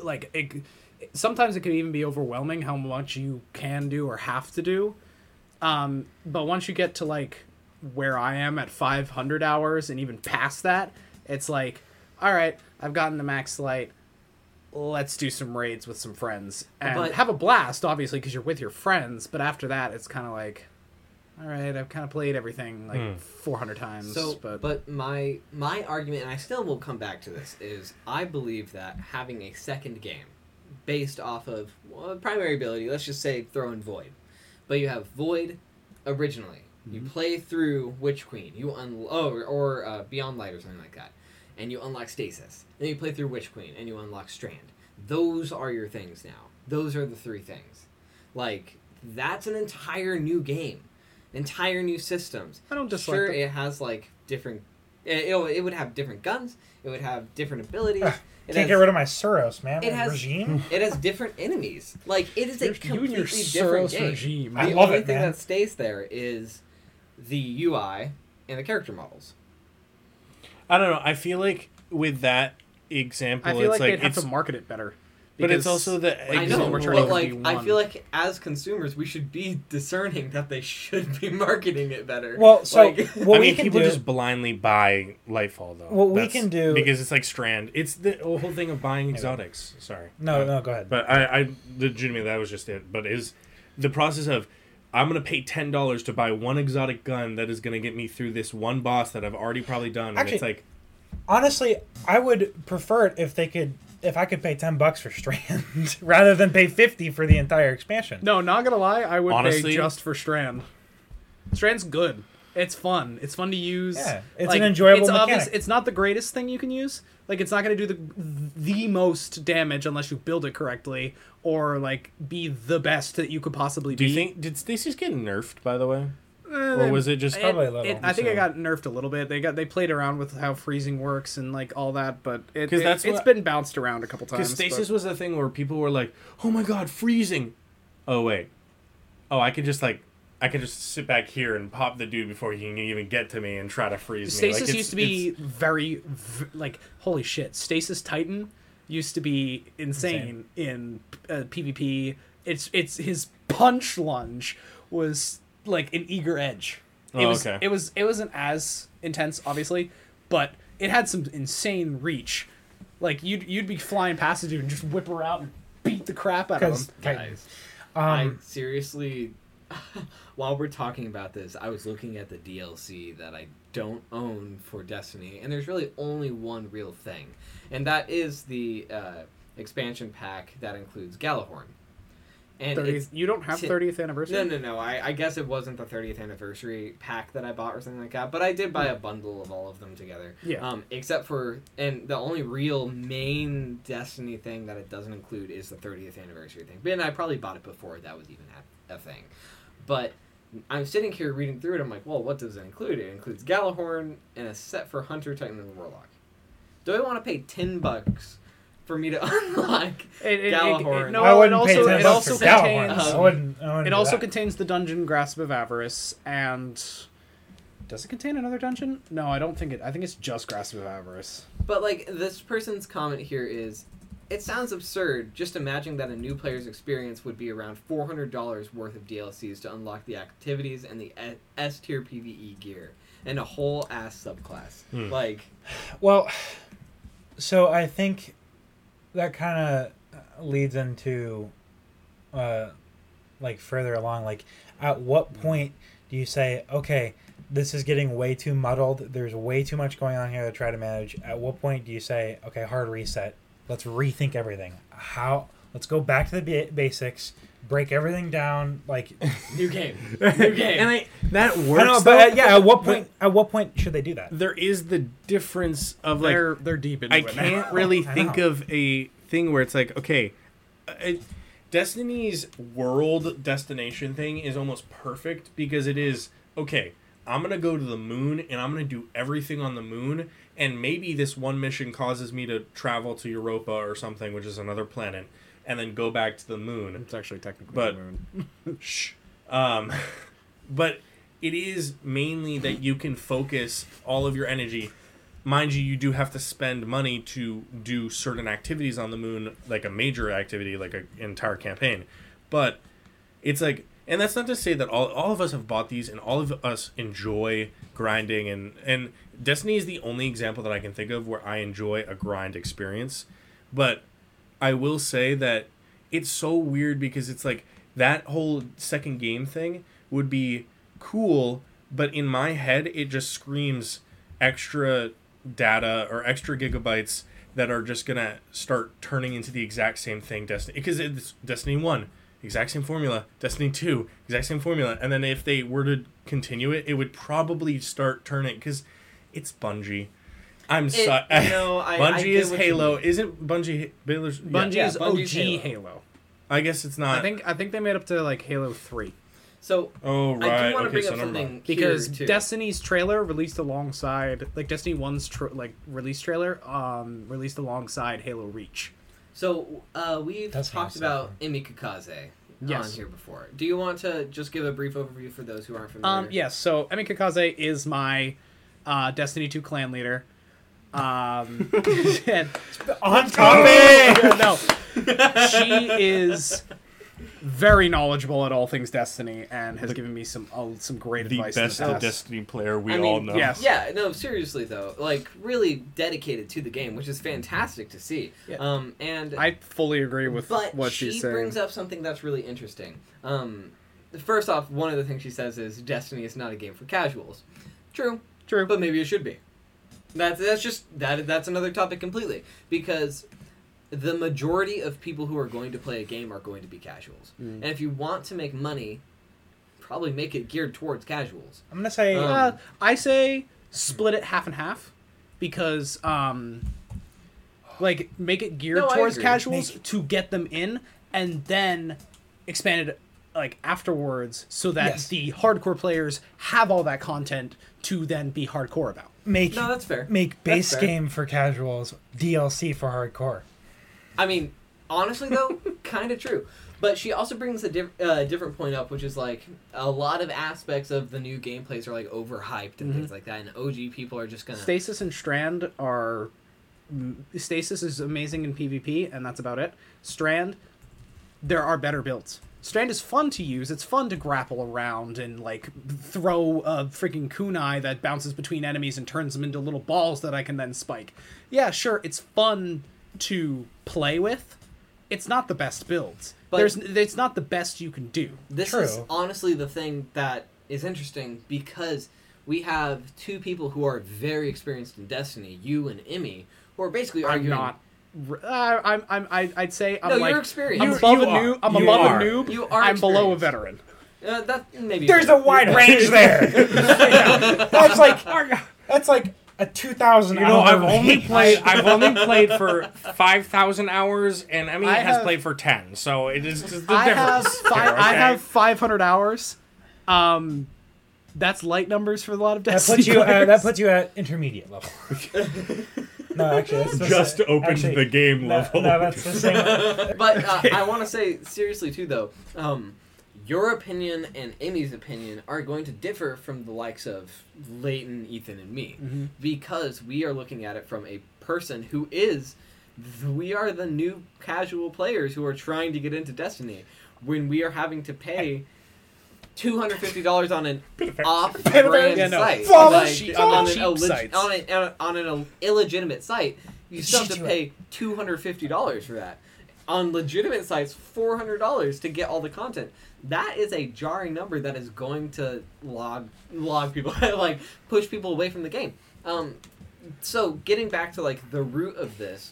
S1: like it, sometimes it can even be overwhelming how much you can do or have to do. Um, but once you get to like where I am at 500 hours and even past that, it's like, all right, I've gotten to max light. Let's do some raids with some friends and
S4: But-
S1: have a blast, obviously, because you're with your friends. But after that, it's kind of like, all right, I've kind of played everything like
S3: Hmm.
S1: 400 times.
S4: So,
S1: but,
S4: but, my my argument, and I still will come back to this, is I believe that having a second game based off of well, a primary ability, let's just say throw in Void, but you have Void originally. You
S1: Mm-hmm.
S4: play through Witch Queen, you un- oh, or, or uh, Beyond Light or something like that, and you unlock Stasis. Then you play through Witch Queen and you unlock Strand. Those are your things now. Those are the three things. Like that's an entire new game, entire new systems
S1: I don't dislike
S4: sure
S1: them.
S4: it has like different it, it, it would have different guns it would have different abilities it,
S2: Ah, can't
S4: has,
S2: get rid of my Suros, man.
S4: it has-
S2: regime.
S4: it has different enemies like it is a
S1: Your- you and
S4: completely
S1: your
S4: different
S1: Soros
S4: game
S1: regime.
S4: the
S2: I love
S4: only
S2: it,
S4: thing
S2: man.
S4: that stays there is the ui and the character models
S3: I don't know. I feel like with that example,
S1: I feel like,
S3: it's like
S1: they'd have
S3: it's-
S1: to market it better.
S3: but it's
S1: because-
S3: also the
S1: Like,
S4: i
S1: this is
S4: know
S1: what we're trying
S4: but
S1: to
S4: like
S1: do
S4: i
S1: one.
S4: feel like as consumers we should be discerning that they should be marketing it better
S2: Well, so
S4: Like-
S2: what
S3: I
S2: we
S3: mean,
S2: can
S3: people
S2: do.
S3: just blindly buy Lightfall though.
S2: What we
S3: That's-
S2: can do-
S3: because it's like Strand. It's the whole thing of buying exotics. Sorry.
S2: No,
S3: Uh,
S2: no, go ahead.
S3: But I, I legitimately that was just it. But is the process of I'm gonna pay ten dollars to buy one exotic gun that is gonna get me through this one boss that I've already probably done. And
S2: Actually,
S3: it's like
S2: honestly, I would prefer it if they could, if I could pay ten bucks for Strand rather than pay fifty for the entire expansion.
S1: No, not gonna lie, I would
S3: Honestly-
S1: pay just for Strand. Strand's good. It's fun. It's fun to use.
S2: Yeah, it's an enjoyable
S1: it's
S2: mechanic.
S1: it's not the greatest thing you can use. Like it's not gonna do the the most damage unless you build it correctly or like be the best that you could possibly
S3: Do
S1: be.
S3: you think did Stasis get nerfed by the way,
S1: Eh,
S3: or
S1: they-
S3: was it just?
S1: it-
S2: Probably a little,
S1: it- I think
S3: so.
S1: it got nerfed a little bit. They got they played around with how freezing works and like all that, but it,
S3: 'Cause
S1: it,
S3: that's
S1: has
S3: what-
S1: been bounced around a couple times.
S3: Because stasis was the thing where people were like, "Oh my god, freezing!" Oh wait, oh I could just like, I can just sit back here and pop the dude before he can even get to me and try to freeze me. Like,
S1: Stasis
S3: it's-
S1: used to be
S3: it's-
S1: very, v like holy shit. Stasis Titan used to be insane, in uh, PvP. It's it's his punch lunge was like an eager edge. It
S3: Oh,
S1: was
S3: okay.
S1: it was it wasn't as intense obviously, but it had some insane reach. Like you'd you'd be flying past a dude and just whip her out and beat the crap out of
S2: because
S1: him.
S4: Guys, I
S2: um,
S4: seriously, while we're talking about this, I was looking at the DLC that I don't own for Destiny, and there's really only one real thing, and that is the uh, expansion pack that includes Galahorn. And
S1: 30th,
S4: it's-
S1: you don't have
S4: ti-
S1: 30th anniversary.
S4: no, no, no. I, I guess it wasn't the 30th anniversary pack that I bought or something like that, but I did buy a bundle of all of them together.
S1: Yeah.
S4: Um, except for, and the only real main Destiny thing that it doesn't include is the 30th anniversary thing. But and I probably bought it before that was even a, a thing. But I'm sitting here reading through it. I'm like, well, what does it include? It includes Galahorn and a set for Hunter, Titan, and Warlock. Do I want to pay 10 bucks for me to unlock
S1: It- it- it-
S4: Galahorn?
S1: it- no,
S2: I
S1: it
S2: wouldn't pay
S1: also-
S2: ten
S1: it
S2: bucks
S1: also
S2: for Galahorn.
S1: contains-
S2: I wouldn't. I wouldn't
S1: It
S2: do
S1: also
S2: that.
S1: contains the dungeon Grasp of Avarice and does it contain another dungeon? No, I don't think it. I think it's just Grasp of Avarice.
S4: But like this person's comment here is, it sounds absurd. Just imagining that a new player's experience would be around four hundred dollars worth of DLCs to unlock the activities and the S tier PVE E gear and a whole ass subclass.
S3: Hmm.
S4: Like
S2: Well, so I think that kind of leads into, uh, like further along. Like, at what point do you say, okay, this is getting way too muddled? There's way too much going on here to try to manage. At what point do you say, okay, hard reset? Let's rethink everything. How? Let's go back to the ba- basics. Break everything down. Like,
S4: new game, new game.
S3: and I, that works.
S2: I don't know,
S3: though,
S2: but uh, yeah, at what point? At what point should they do that?
S3: there is the difference of like
S1: they're they're deep into
S3: I
S1: it. now.
S3: can't really
S2: I
S3: think
S2: know.
S3: of a thing where it's like, okay, uh, it, Destiny's world destination thing is almost perfect because it is okay. I'm gonna go to the moon and I'm gonna do everything on the moon, and maybe this one mission causes me to travel to Europa or something, which is another planet, and then go back to the moon.
S1: It's actually technically
S3: But-
S1: the moon.
S3: Shh. Um, but it is mainly that you can focus all of your energy. Mind you, you do have to spend money to do certain activities on the moon, like a major activity, like an entire campaign. But it's like, and that's not to say that all, all of us have bought these and all of us enjoy grinding. And, and Destiny is the only example that I can think of where I enjoy a grind experience. But I will say that it's so weird because it's like that whole second game thing would be cool, but in my head it just screams extra data or extra gigabytes that are just gonna start turning into the exact same thing Destiny because it's Destiny One, exact same formula, Destiny Two, exact same formula, and then if they were to continue it, it would probably start turning because it's Bungie. I'm sorry.
S4: you know, I- I
S3: Bungie
S4: get
S3: is
S4: what you
S3: Halo. Isn't Bungie Baylor's
S1: Bungie's
S3: yeah.
S4: Yeah, Bungie's
S1: OG Halo.
S4: Halo.
S3: I guess it's not.
S1: I think I think they made up to like Halo Three
S4: so
S3: Oh
S4: I
S3: right.
S4: do want
S3: okay,
S4: to bring
S3: so
S4: up
S3: never mind.
S4: something
S1: because
S4: here, too.
S1: Destiny's trailer released alongside like Destiny 1's tr- like release trailer um released alongside Halo Reach.
S4: So uh, we've
S2: That's what I
S4: talked
S2: was
S4: about Emi Kakaze on
S1: Yes.
S4: here before. Do you want to just give a brief overview for those who aren't familiar?
S1: Um, yes. So Emi Kakaze is my uh, Destiny 2 clan leader. Um, and-
S2: On topic.
S1: no, she is very knowledgeable at all things Destiny and has given me some uh, some great
S3: the
S1: advice.
S3: best
S1: in the past.
S3: of Destiny player we
S4: I mean,
S3: all know.
S1: yes.
S4: Yeah, no, seriously though, like really dedicated to the game, which is fantastic to see.
S1: Yeah.
S4: Um, and
S1: I fully agree with
S4: but
S1: what
S4: she
S1: she's saying.
S4: brings up something that's really interesting. Um, first off, one of the things she says is Destiny is not a game for casuals. True,
S1: True.
S4: but maybe it should be. That's that's just that that's another topic completely because the majority of people who are going to play a game are going to be casuals,
S1: Mm.
S4: and if you want to make money, probably make it geared towards casuals.
S2: I'm gonna say
S4: Um,
S1: Uh, I say split it half and half because um like make it geared
S4: No, I
S1: towards
S4: agree.
S1: casuals
S2: Make-
S1: to get them in and then expand it like afterwards so that
S2: Yes.
S1: the hardcore players have all that content to then be hardcore about.
S2: make
S4: No, that's fair.
S2: make base
S4: fair.
S2: game for casuals, DLC for hardcore.
S4: I mean, honestly though, kind of true. But she also brings a diff- uh, different point up, which is like a lot of aspects of the new gameplays are like overhyped
S2: Mm-hmm.
S4: and things like that, and OG people are just gonna.
S1: Stasis and Strand are Stasis is amazing in PvP and that's about it. Strand there are better builds. Strand is fun to use. It's fun to grapple around and like throw a freaking kunai that bounces between enemies and turns them into little balls that I can then spike. Yeah, sure, it's fun to play with. It's not the best builds.
S4: But-
S1: There's it's not the best you can do.
S4: This
S2: True.
S4: is honestly the thing that is interesting because we have two people who are very experienced in Destiny, you and Emmy, who are basically
S1: I'm
S4: arguing.
S1: not. Uh, I'm, I'm, I- I'd say I'm
S4: No,
S1: like
S4: you're experienced.
S1: I'm
S4: You-
S1: above
S3: you
S1: a
S3: are.
S1: noob. I'm
S3: You
S1: above
S3: are.
S1: a noob.
S4: You are
S1: I'm below a
S4: experienced.
S1: veteran.
S4: Uh, that maybe
S2: There's a wide range there. that's like that's like a two thousand.
S3: You know, I've only played. I've only played for five thousand hours, and Emmy
S1: I
S3: has
S1: have-
S3: played for ten. So it is just the
S1: I have
S3: difference.
S1: fi-
S3: here,
S1: I
S3: okay?
S1: have 500 hours. Um, that's light numbers for a lot of
S2: That
S1: Destiny.
S2: puts you. Uh,
S1: players.
S2: that puts you at intermediate level. no, actually, that's the
S3: just
S2: same-
S3: opened
S2: actually,
S3: the game
S2: No,
S3: level.
S2: no, that's the same.
S4: But uh, I want to say seriously too, though, um, your opinion and Amy's opinion are going to differ from the likes of Leighton, Ethan, and me because we are looking at it from a person who is. We are the new casual players who are trying to get into Destiny when we are having to pay. Two hundred fifty dollars on an off-brand
S1: Yeah, no.
S4: site,
S1: Follow
S4: Like,
S1: sheep-
S4: on, an
S1: cheap
S4: illeg-
S1: sites.
S4: on an on, an Ill- illegitimate site. You still have to
S2: Legitimate.
S4: pay two hundred fifty dollars for that. On legitimate sites, four hundred dollars to get all the content. That is a jarring number that is going to log log people like push people away from the game. Um, so getting back to like the root of this,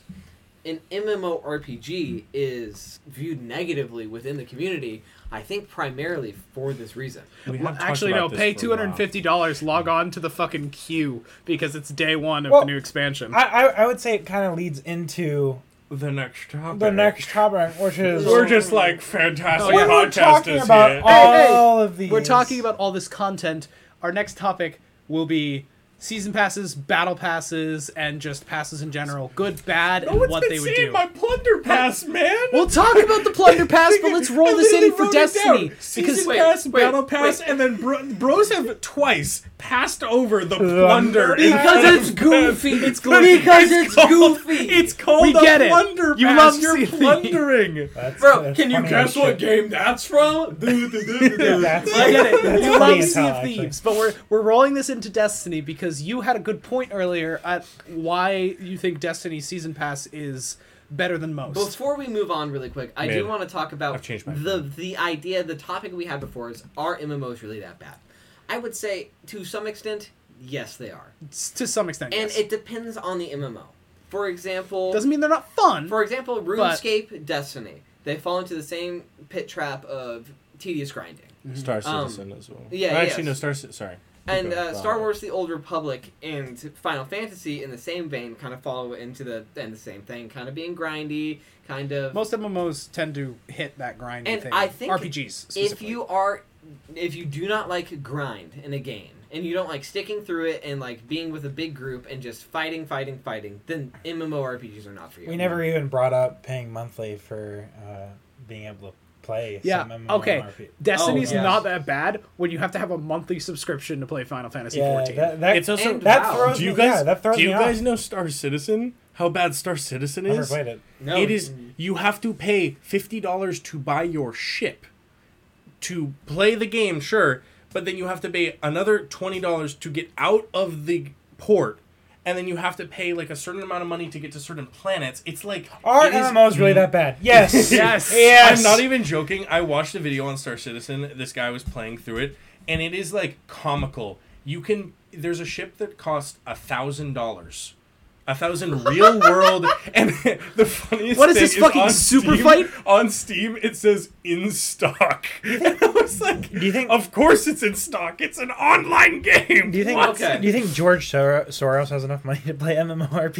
S4: an MMORPG is viewed negatively within the community. I think primarily for this reason.
S3: We have
S1: Well,
S3: talked
S1: actually,
S3: about
S1: no.
S3: this
S1: Pay
S3: for a
S1: two
S3: while.
S1: hundred and fifty dollars. Log on to the fucking queue because it's day one of
S2: Well,
S1: the new expansion.
S2: I, I, I would say it kind of leads into
S3: The next topic.
S2: the next topic, which is
S3: We're just like fantastic
S1: Oh, yeah.
S2: we're
S3: podcast
S2: talking
S3: is
S2: about
S3: here.
S2: all
S1: Hey, hey,
S2: of these.
S1: We're talking about all this content. Our next topic will be season passes, battle passes, and just passes in general. Good, bad,
S3: No
S1: and
S3: one's
S1: what
S3: been
S1: they would
S3: seeing
S1: do.
S3: my plunder pass, man.
S1: We'll talk about the plunder pass, but let's roll
S3: I
S1: this in
S3: literally
S1: for
S3: wrote it
S1: Destiny
S3: down.
S1: because
S3: Season
S4: wait,
S3: pass,
S4: wait,
S3: battle pass,
S4: wait.
S3: and then bro- bros have twice passed over the plunder in
S1: because it's
S3: battle
S1: goofy. It's goofy.
S4: Because it's
S3: called-
S4: goofy.
S3: It's called
S1: We
S3: a
S1: get it.
S3: plunder
S1: You
S3: pass.
S1: love
S3: You're
S1: seeing-
S3: plundering.
S2: That's-
S4: Bro,
S2: that's
S4: can you
S2: funny
S4: guess
S2: as shit.
S4: what game that's from?
S2: That's-
S1: I get it.
S2: That's
S1: You
S2: funny
S1: love
S2: as
S1: Sea
S2: hell,
S1: of
S2: actually.
S1: Thieves, but we're we're rolling this into Destiny because you had a good point earlier at why you think Destiny season pass is better than most.
S4: Before we move on, really quick, I do
S3: Man,
S4: want to talk about
S3: I've changed my
S4: the the idea, the topic we had before is are MMOs really that bad? I would say to some extent, yes, they are,
S1: S- to some extent,
S4: and
S1: yes.
S4: it depends on the MMO. For example,
S1: doesn't mean they're not fun.
S4: for example, RuneScape, Destiny, they fall into the same pit trap of tedious grinding.
S3: Star
S4: Um,
S3: Citizen as well.
S4: yeah,
S3: Or Actually,
S4: yes.
S3: no, Star Citizen. Sorry.
S4: and
S3: Keep
S4: uh,
S3: going.
S4: Star Wars: The Old Republic and Final Fantasy, in the same vein, kind of follow into the and the same thing, kind of being grindy, kind of.
S1: most MMOs tend to hit that grind
S4: and
S1: thing.
S4: I think
S1: RPGs.
S4: If
S1: specifically.
S4: you are, if you do not like grind in a game, and you don't like sticking through it and like being with a big group and just fighting, fighting, fighting, then MMORPGs are not for you.
S2: We never even brought up paying monthly for uh, being able to play.
S1: yeah,
S2: some MMORPG.
S1: okay. Destiny's
S4: Oh, yes.
S1: not that bad when you have to have a monthly subscription to play Final Fantasy
S2: Yeah,
S1: 14.
S2: that, that,
S3: It's also-
S4: And
S2: that
S4: wow.
S2: throws
S3: Do you
S2: me-
S3: guys?
S2: yeah, that throws
S3: do you
S2: me
S3: guys
S2: off.
S3: know Star Citizen? How bad Star Citizen
S2: Never
S3: is?
S2: played it.
S4: No,
S3: It is you have to pay fifty dollars to buy your ship to play the game, sure, but then you have to pay another twenty dollars to get out of the port, and then you have to pay like a certain amount of money to get to certain planets. It's like
S2: Are
S3: it is-
S2: MMOs really that bad? Yes.
S1: Yes.
S2: Yes.
S3: I'm not even joking. I watched a video on Star Citizen. This guy was playing through it, and it is like comical. You can there's a ship that costs a thousand dollars. A thousand real world, and the funniest
S1: What is
S3: thing
S1: this fucking
S3: on
S1: super
S3: Steam-
S1: fight?
S3: on Steam. It says in stock. And I was like,
S2: Do you think-
S3: Of course, it's in stock. It's an online game.
S2: Do you think?
S3: What?
S4: Okay.
S2: Do you think George Sor- Soros has enough money to play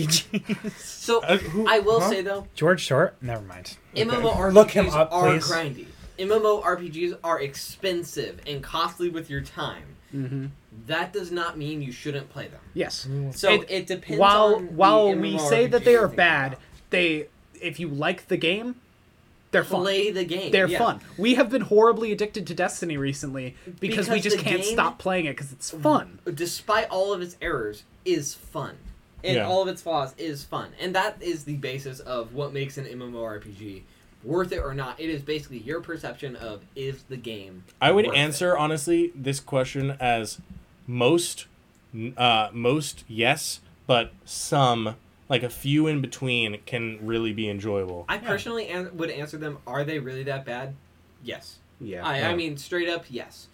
S2: MMORPGs?
S4: So
S3: Uh, who-
S4: I will
S3: huh?
S4: say though,
S2: George Soros? Never mind.
S4: MMORPGs
S2: Look him up,
S4: are
S2: please.
S4: grindy. MMORPGs are expensive and costly with your time.
S1: Mm-hmm.
S4: That does not mean you shouldn't play them.
S1: Yes.
S4: So
S1: It-
S4: it, depends.
S1: while
S4: on the
S1: while we say that they
S4: MMORPG
S1: are
S4: you're thinking
S1: bad,
S4: about.
S1: they if you like the game, they're fun.
S4: play the game.
S1: They're
S4: yeah.
S1: fun. We have been horribly addicted to Destiny recently because, we
S4: Because
S1: just
S4: the
S1: can't
S4: game-
S1: stop playing it because it's fun.
S4: Despite all of its errors, is fun, and
S3: Yeah.
S4: all of its flaws is fun, and that is the basis of what makes an MMORPG worth it or not. It is basically your perception of is the game.
S3: I would
S4: worth it?
S3: answer honestly this question as most, n- uh, most yes, but some like a few in between can really be enjoyable.
S4: I personally an- would answer them. Are they really that bad? Yes.
S1: Yeah. Mm-hmm.
S4: I,
S3: Yeah.
S4: I mean, straight up, yes.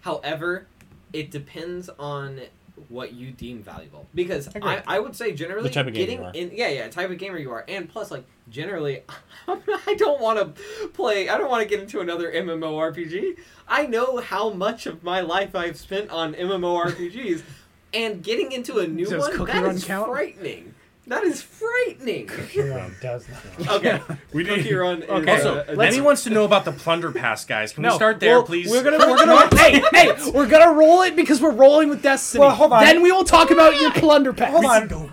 S4: However, it depends on what you deem valuable. Because I, I would say generally
S3: The type of gamer
S4: getting
S3: you are.
S4: in yeah, yeah, type of gamer you are. And plus like generally I don't wanna play I don't wanna get into another MMORPG. I know how much of my life I've spent on MMORPGs and getting into a new
S1: Does
S4: one
S1: Cookie
S4: that
S1: Run
S4: is
S1: count?
S4: frightening. That is frightening.
S2: Everyone does not.
S4: Okay.
S3: We
S4: Cookie Run is,
S1: Okay.
S4: uh,
S3: Also,
S4: a-
S1: let's-
S3: Lenny wants to know about the plunder pass, guys. Can we start there,
S1: we'll-
S3: please?
S1: We're gonna, we're gonna, hey, hey, we're gonna roll it because we're rolling with Destiny.
S2: Well, hold on.
S1: Then we will talk about your plunder pack.
S2: Hold on.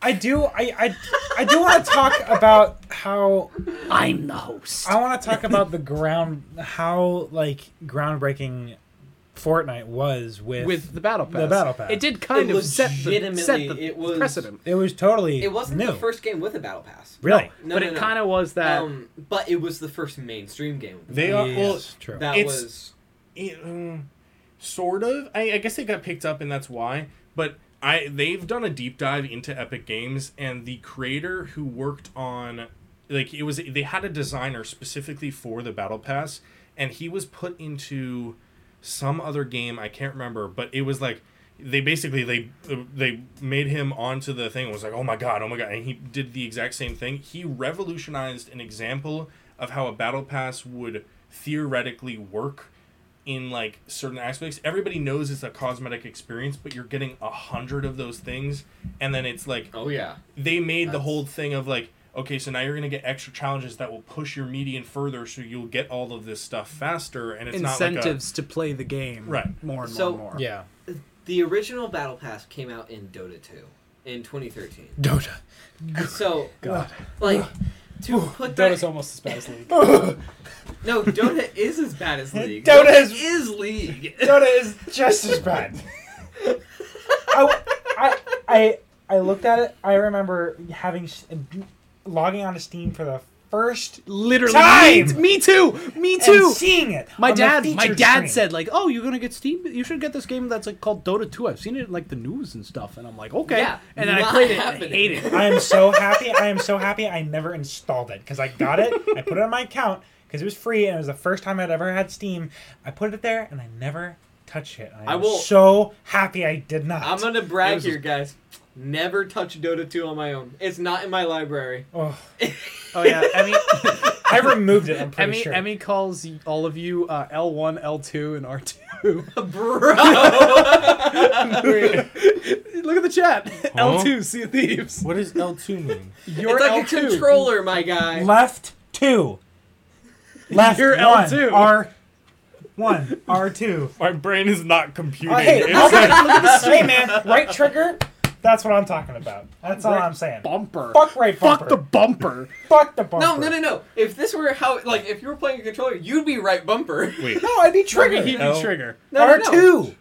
S2: I do. I. I, I do want to talk about how
S1: I'm the host.
S2: I want to talk about the ground how like groundbreaking Fortnite was with
S1: With the battle pass,
S2: The battle pass.
S1: it did kind
S4: It
S1: of set the,
S4: legitimately-
S1: set the
S4: it was-
S1: precedent,
S2: it was totally
S4: it wasn't
S2: new.
S4: the first game with a battle pass.
S2: really.
S4: No,
S1: but
S4: no,
S1: it
S4: no.
S1: kind of was that.
S4: Um, but it was the first mainstream game.
S3: They are well,
S2: Yes, true.
S4: that
S3: it's-
S4: was
S3: it, um, sort of. I, I guess it got picked up, and that's why. But I they've done a deep dive into Epic Games, and the creator who worked on like it was they had a designer specifically for the Battle Pass, and he was put into some other game I can't remember, but it was like they basically they they made him onto the thing and was like oh my god oh my god and he did the exact same thing he revolutionized an example of how a battle pass would theoretically work in like certain aspects everybody knows it's a cosmetic experience but you're getting a hundred of those things and then it's like
S4: oh yeah.
S3: they made the
S4: That's-
S3: whole thing of like okay so now you're gonna get extra challenges that will push your median further so you'll get all of this stuff faster and it's not like a,
S1: incentives to play the game
S3: Right.
S1: more and
S4: So-
S1: more and more.
S2: Yeah.
S4: The original Battle Pass came out in Dota 2 in 2013.
S2: Dota.
S4: So like to put
S5: Dota's
S4: that
S5: almost as bad as League.
S4: no Dota is as bad as League.
S2: Dota is-
S4: is League.
S2: Dota is just as bad. I, I, I, I looked at it. I remember having s- uh, logging onto Steam for the first
S1: Literally,
S2: Time!
S1: Me, me too. Me
S2: and
S1: too.
S2: seeing it.
S1: My
S2: on the
S1: dad, my
S2: feature
S1: dad
S2: screen.
S1: said like, "Oh, you're gonna get Steam. You should get this game that's like called Dota 2. I've seen it in like the news and stuff." And I'm like, "Okay."
S4: Yeah,
S1: and then I
S4: not
S1: played it and
S4: happening.
S1: I hate it.
S2: I am so happy. I am so happy. I never installed it because I got it. I put it on my account because it was free and it was the first time I'd ever had Steam. I put it there and I never touched it. I,
S4: I
S2: am
S4: will-
S2: so happy I did not.
S4: I'm gonna brag here, guys. Never touch Dota 2 on my own. It's not in my library.
S2: oh,
S1: Oh yeah, Emmy,
S2: I removed it. I'm pretty
S1: Emmy,
S2: sure.
S1: Emmy calls y- all of you uh, L1, L2, and R2.
S4: Bro.
S1: Look at the chat. L2, Sea of Thieves.
S3: what does l2 mean
S1: You're
S4: it's like
S1: L2.
S4: a controller, my guy.
S2: Left two. Left
S1: You're
S2: one.
S1: L2.
S2: R one. R two.
S3: my brain is not computing
S2: hey,
S3: It's
S2: look
S3: like-
S2: at, look at this hey man. Right trigger. That's what I'm talking about. That's all
S1: Right
S2: I'm saying.
S1: Bumper.
S2: Fuck right
S1: Fuck
S2: bumper.
S1: the bumper.
S2: Fuck the bumper.
S4: no, no, no, no. If this were how, like, if you were playing a controller, you'd be right bumper.
S3: wait
S2: No, I'd be triggered.
S1: Heavy
S3: L-
S1: trigger.
S4: No, no, no.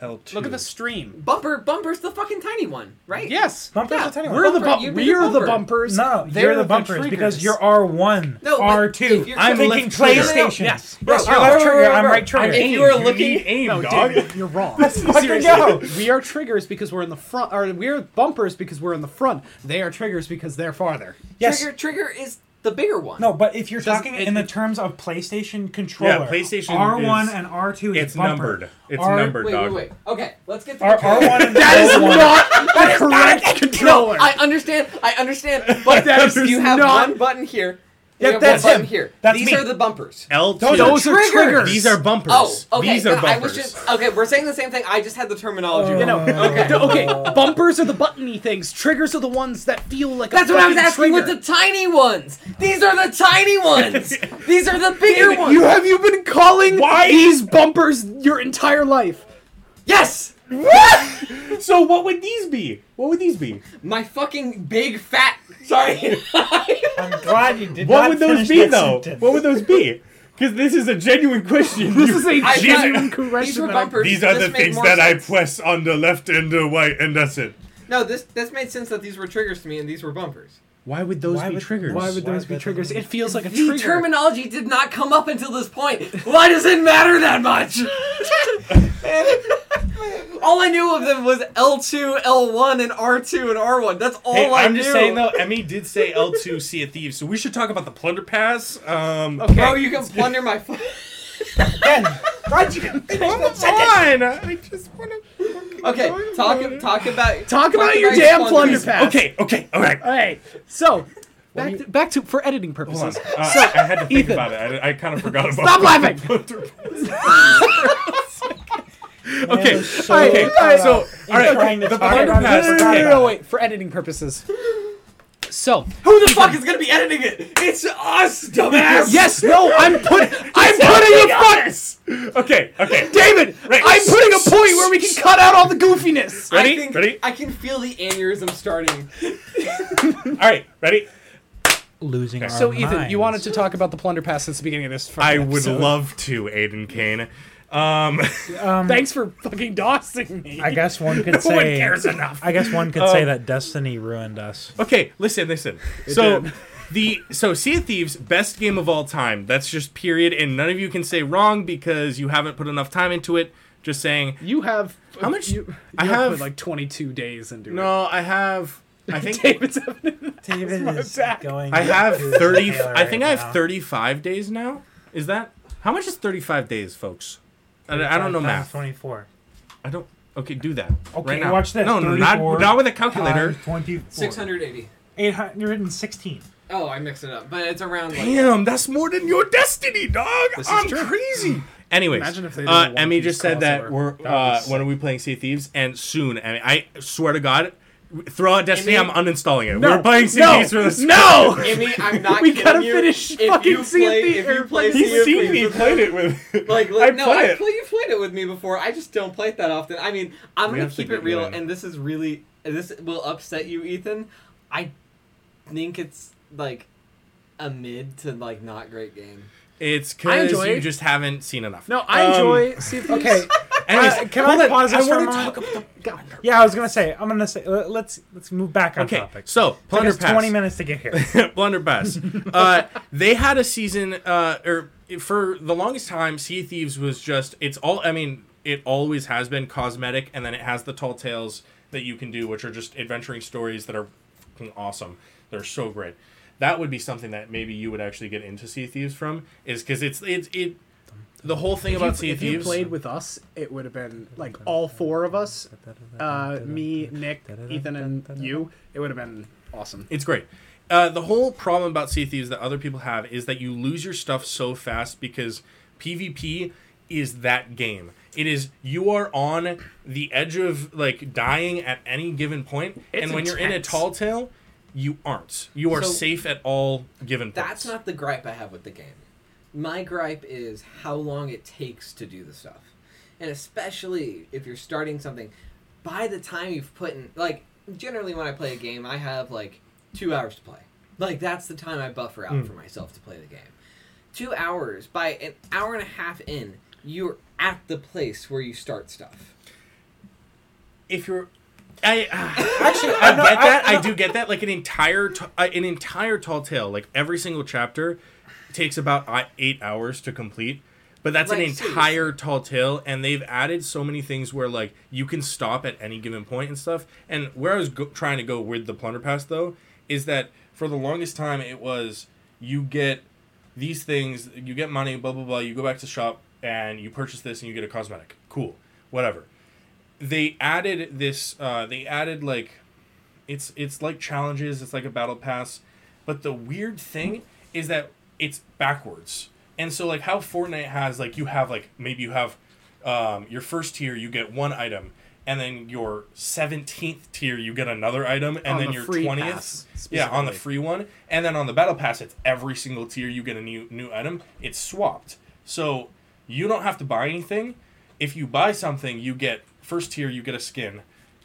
S3: l2
S1: Look at the stream.
S4: Bumper, bumper's the fucking tiny one, right?
S1: Yes.
S2: Bumper's
S4: Yeah,
S2: the tiny
S1: We're
S2: one.
S1: the
S4: Bumper,
S1: bu-
S4: you'd be the
S1: we're the
S4: bumper.
S1: bumpers.
S2: No,
S1: They're
S2: you're the
S1: the
S2: bumpers because
S1: triggers.
S2: you're R1,
S4: No, but if
S2: R2.
S4: you're-
S2: I'm
S3: I'm
S2: thinking
S3: left trigger.
S2: PlayStation.
S1: Yes.
S2: Bro,
S4: Yes,
S2: you're
S4: no,
S2: left
S4: no,
S2: trigger,
S4: no,
S2: I'm
S4: no.
S2: right trigger.
S4: I'm
S3: Aim,
S4: If you were
S3: need
S4: looking-
S3: aim
S1: No,
S3: dog
S1: David, you're wrong.
S2: fucking go.
S1: we are triggers because we're in the front, or we are bumpers because we're in the front. They are triggers because they're farther.
S2: Yes.
S4: Trigger, trigger is the bigger one.
S2: No, but if you're
S1: Doesn't-
S2: talking
S1: it-
S2: in the
S1: it-
S2: terms of PlayStation controller,
S3: PlayStation
S2: R1
S3: is-
S2: and R2 is
S3: It's
S2: bumper.
S3: numbered. It's
S2: R-
S3: numbered,
S4: Wait,
S3: dog.
S4: wait, wait. Okay, let's get the
S2: R-
S4: controller.
S2: R1 and
S1: That is
S2: R1.
S1: not the correct controller.
S4: I understand. I understand. But
S1: That is
S4: you have
S1: not-
S4: one button here.
S2: Yeah,
S4: You have
S2: that's
S4: one button
S2: him.
S4: here.
S2: That's
S4: These
S2: me.
S4: are the bumpers.
S3: L two.
S1: Those are
S4: Triggers.
S1: triggers.
S3: These are bumpers.
S4: Oh, okay.
S3: These are
S4: no,
S3: bumpers.
S4: I was just okay. We're saying the same thing. I just had the
S2: Oh.
S4: terminology.
S1: You
S4: wrong.
S1: know,
S4: okay.
S1: okay. okay, bumpers are the buttony things. Triggers are the ones that feel like
S4: That's
S1: a
S4: what I was
S1: fucking
S4: asking with
S1: trigger.
S4: the tiny ones. These are the tiny ones. These are the bigger ones.
S1: You have you been calling these bumpers your entire life?
S4: yes.
S3: so what would these be? What would these be?
S4: My fucking big fat. Sorry.
S2: I'm glad you did
S3: What
S2: not
S3: would those
S2: finish
S3: be
S2: that
S3: though?
S2: sentence.
S3: What would those be? Because this is a genuine question.
S1: This
S3: You-
S1: is a
S4: I-
S1: genuine
S4: I- these
S1: question.
S4: were
S1: that I-
S4: bumpers.
S3: These are
S4: This
S3: the
S4: made
S3: things
S4: more
S3: that
S4: sense.
S3: I press on the left and the right, and that's it.
S4: no, this this made sense that these were triggers to me and these were bumpers.
S3: Why would those
S2: Why
S3: be
S2: would-
S3: triggers?
S1: Why would
S2: Why
S1: those
S2: would
S1: be
S2: that
S1: triggers?
S2: be-
S1: It feels like a
S4: The
S1: trigger.
S4: terminology did not come up until this point. Why does it matter that much? all I knew of them was L2, L1, and R2 and R1. That's all
S3: Hey,
S4: I
S3: I'm
S4: knew.
S3: just saying though. Emmy did say L2 Sea of Thieves, so we should talk about the plunder pass. Um,
S1: Okay.
S4: Bro, you can plunder my phone.
S2: Ben, glad you didn't finish
S3: Come
S2: that sentence.
S3: on! I just want to.
S4: Okay, talk talk about
S1: Talk about your damn plunder
S4: plunders.
S1: pack.
S3: Okay. Okay. All right.
S1: All right. So back
S3: do you-
S1: to, back to for editing
S3: Hold on. Uh,
S1: purposes.
S3: I had to think
S1: Ethan.
S3: about it. I, I kind of forgot about.
S1: Stop laughing!
S3: Plunder Pass. okay.
S2: so
S3: Okay.
S1: tired.
S3: So, all right.
S2: trying to
S3: The
S2: talk
S3: plunder
S2: about
S3: pass.
S2: it.
S1: no, no, no,
S3: okay.
S1: no, no, wait. For editing purposes. So
S4: Who the fuck is gonna be editing it? It's us, dumbass.
S1: yes, no, I'm put I'm putting a fuck.
S3: Okay. Okay.
S1: David,
S3: Right.
S1: I'm putting a point where we can cut out all the goofiness.
S3: Ready?
S4: I think
S3: Ready?
S4: I can feel the aneurysm starting.
S3: All right. Ready?
S2: Losing our
S1: So Ethan,
S2: minds.
S1: you wanted to talk about the plunder pass since the beginning of this. fucking
S3: I would
S1: episode.
S3: love to, Aiden Kane. Um,
S2: Um,
S1: Thanks for fucking doxing me.
S2: I guess one could
S3: no
S2: say.
S3: one cares enough. Um,
S2: I guess one could say that Destiny ruined us.
S3: Okay, listen, listen. so
S1: did.
S3: the so Sea of Thieves best game of all time. That's just period, and none of you can say wrong because you haven't put enough time into it. Just saying.
S1: you have
S3: How much-
S1: You, you
S3: I
S1: have,
S3: have-
S1: put like 22 days into it.
S3: No, I have. I think
S1: David's having
S2: David
S1: my
S2: is
S1: back.
S2: going.
S3: I have
S2: through his
S3: thirty.
S2: trailer
S3: I think
S2: right
S3: I
S2: now.
S3: have thirty-five days now. Is that how much is thirty-five days, folks? I, I don't know
S2: 35 times
S3: math.
S2: Twenty-four.
S3: I don't. Okay, do that.
S2: Okay,
S3: right now.
S2: watch this.
S3: No, no, not
S2: 34
S3: not with a calculator.
S2: Times Twenty-four.
S4: Six hundred eighty.
S2: Eight hundred and sixteen.
S4: Oh, I mixed it up, but it's around. Like,
S3: Damn, that's more than your destiny, dog.
S1: This is
S3: I'm
S1: true.
S3: crazy. Anyways,
S1: Imagine if they did a
S3: uh,
S1: One
S3: Emmy
S1: Piece
S3: just said that
S1: crossover.
S3: we're
S1: That
S3: uh,
S1: was
S3: when are we playing Sea of Thieves? And soon, Emmy, I swear to God, throw out Destiny.
S4: Emmy-
S3: I'm uninstalling it.
S1: No,
S3: we're playing Sea of
S1: no,
S3: Thieves for this.
S1: no.
S4: Emmy, I'm not.
S1: We
S4: kidding
S1: gotta
S4: you.
S1: finish
S4: If you
S1: fucking Sea of
S4: play-
S1: Thieves,
S4: If you play
S1: everybody.
S4: Sea
S3: He's
S4: of
S3: seen me
S4: Thieves,
S3: played it with.
S4: Like,
S3: I
S4: like no,
S3: play
S4: I
S3: it.
S4: play, you played it with me before. I just don't play it that often. I mean, I'm
S3: We
S4: gonna
S3: have to
S4: keep
S3: get
S4: it real,
S3: you in.
S4: and this is really this will upset you, Ethan. I think it's like a mid to like not great game.
S3: It's
S1: I
S3: because
S1: enjoy
S3: you
S1: it.
S3: just haven't seen enough.
S1: No, I
S3: Um,
S1: enjoy. See if
S2: Okay.
S3: Anyways,
S2: Uh, can
S3: hold
S2: I
S3: on,
S2: pause this for
S3: wanna
S2: a moment?
S3: talk about-
S1: God.
S2: Yeah, I was gonna say. I'm gonna say. let- Let's let's move back on
S3: Okay,
S2: topic.
S3: so
S2: Took
S3: plunder
S2: us
S3: pass.
S2: twenty minutes to get here.
S3: blunderbuss. uh, they had a season, uh, or for the longest time, Sea of Thieves was just it's all. I mean, it always has been cosmetic, and then it has the tall tales that you can do, which are just adventuring stories that are fucking awesome. They're so great. That would be something that maybe you would actually get into Sea of Thieves from, is because it's it's it. The whole thing about
S1: If,
S3: Sea
S1: you,
S3: of
S1: if you
S3: Thieves.
S1: played with us, it would have been like all four of us, uh, me, Nick, Ethan, and you. It would have been awesome.
S3: It's great. Uh, the whole problem about Sea of Thieves that other people have is that you lose your stuff so fast because PvP is that game. It is you are on the edge of like dying at any given point,
S1: It's
S3: and when you're in a
S1: intense.
S3: tall tale, you aren't. You are
S4: So-
S3: safe at all given points.
S4: That's not the gripe I have with the game. My gripe is how long it takes to do the stuff. And especially if you're starting something, by the time you've put in, like, generally when I play a game, I have like two hours to play. Like, that's the time I buffer
S3: Hmm.
S4: out for myself to play the game. Two hours, by an hour and a half in, you're at the place where you start stuff.
S3: if you're. I
S2: Actually,
S3: I get that. I, do get that. Like an entire t- uh, an entire tall tale, like every single chapter, takes about uh, eight hours to complete. But that's an
S4: Like,
S3: entire tall tale, and they've added so many things where like you can stop at any given point and stuff. And where I was go- trying to go with the plunder pass though is that for the longest time it was you get these things, you get money, blah blah blah. You go back to the shop and you purchase this and you get a cosmetic. Cool, whatever. They added this. Uh, they added like, it's it's like challenges. It's like a battle pass, but the weird thing is that it's backwards. And so like how Fortnite has like you have like maybe you have um, your first tier you get one item and then your 17th tier you get another item and
S1: On
S3: then
S1: the
S3: your
S1: free
S3: 20th
S1: pass,
S3: yeah on the
S1: specifically.
S3: free one and then on the battle pass it's every single tier you get a new new item it's swapped so you don't have to buy anything if you buy something you get first tier you get a skin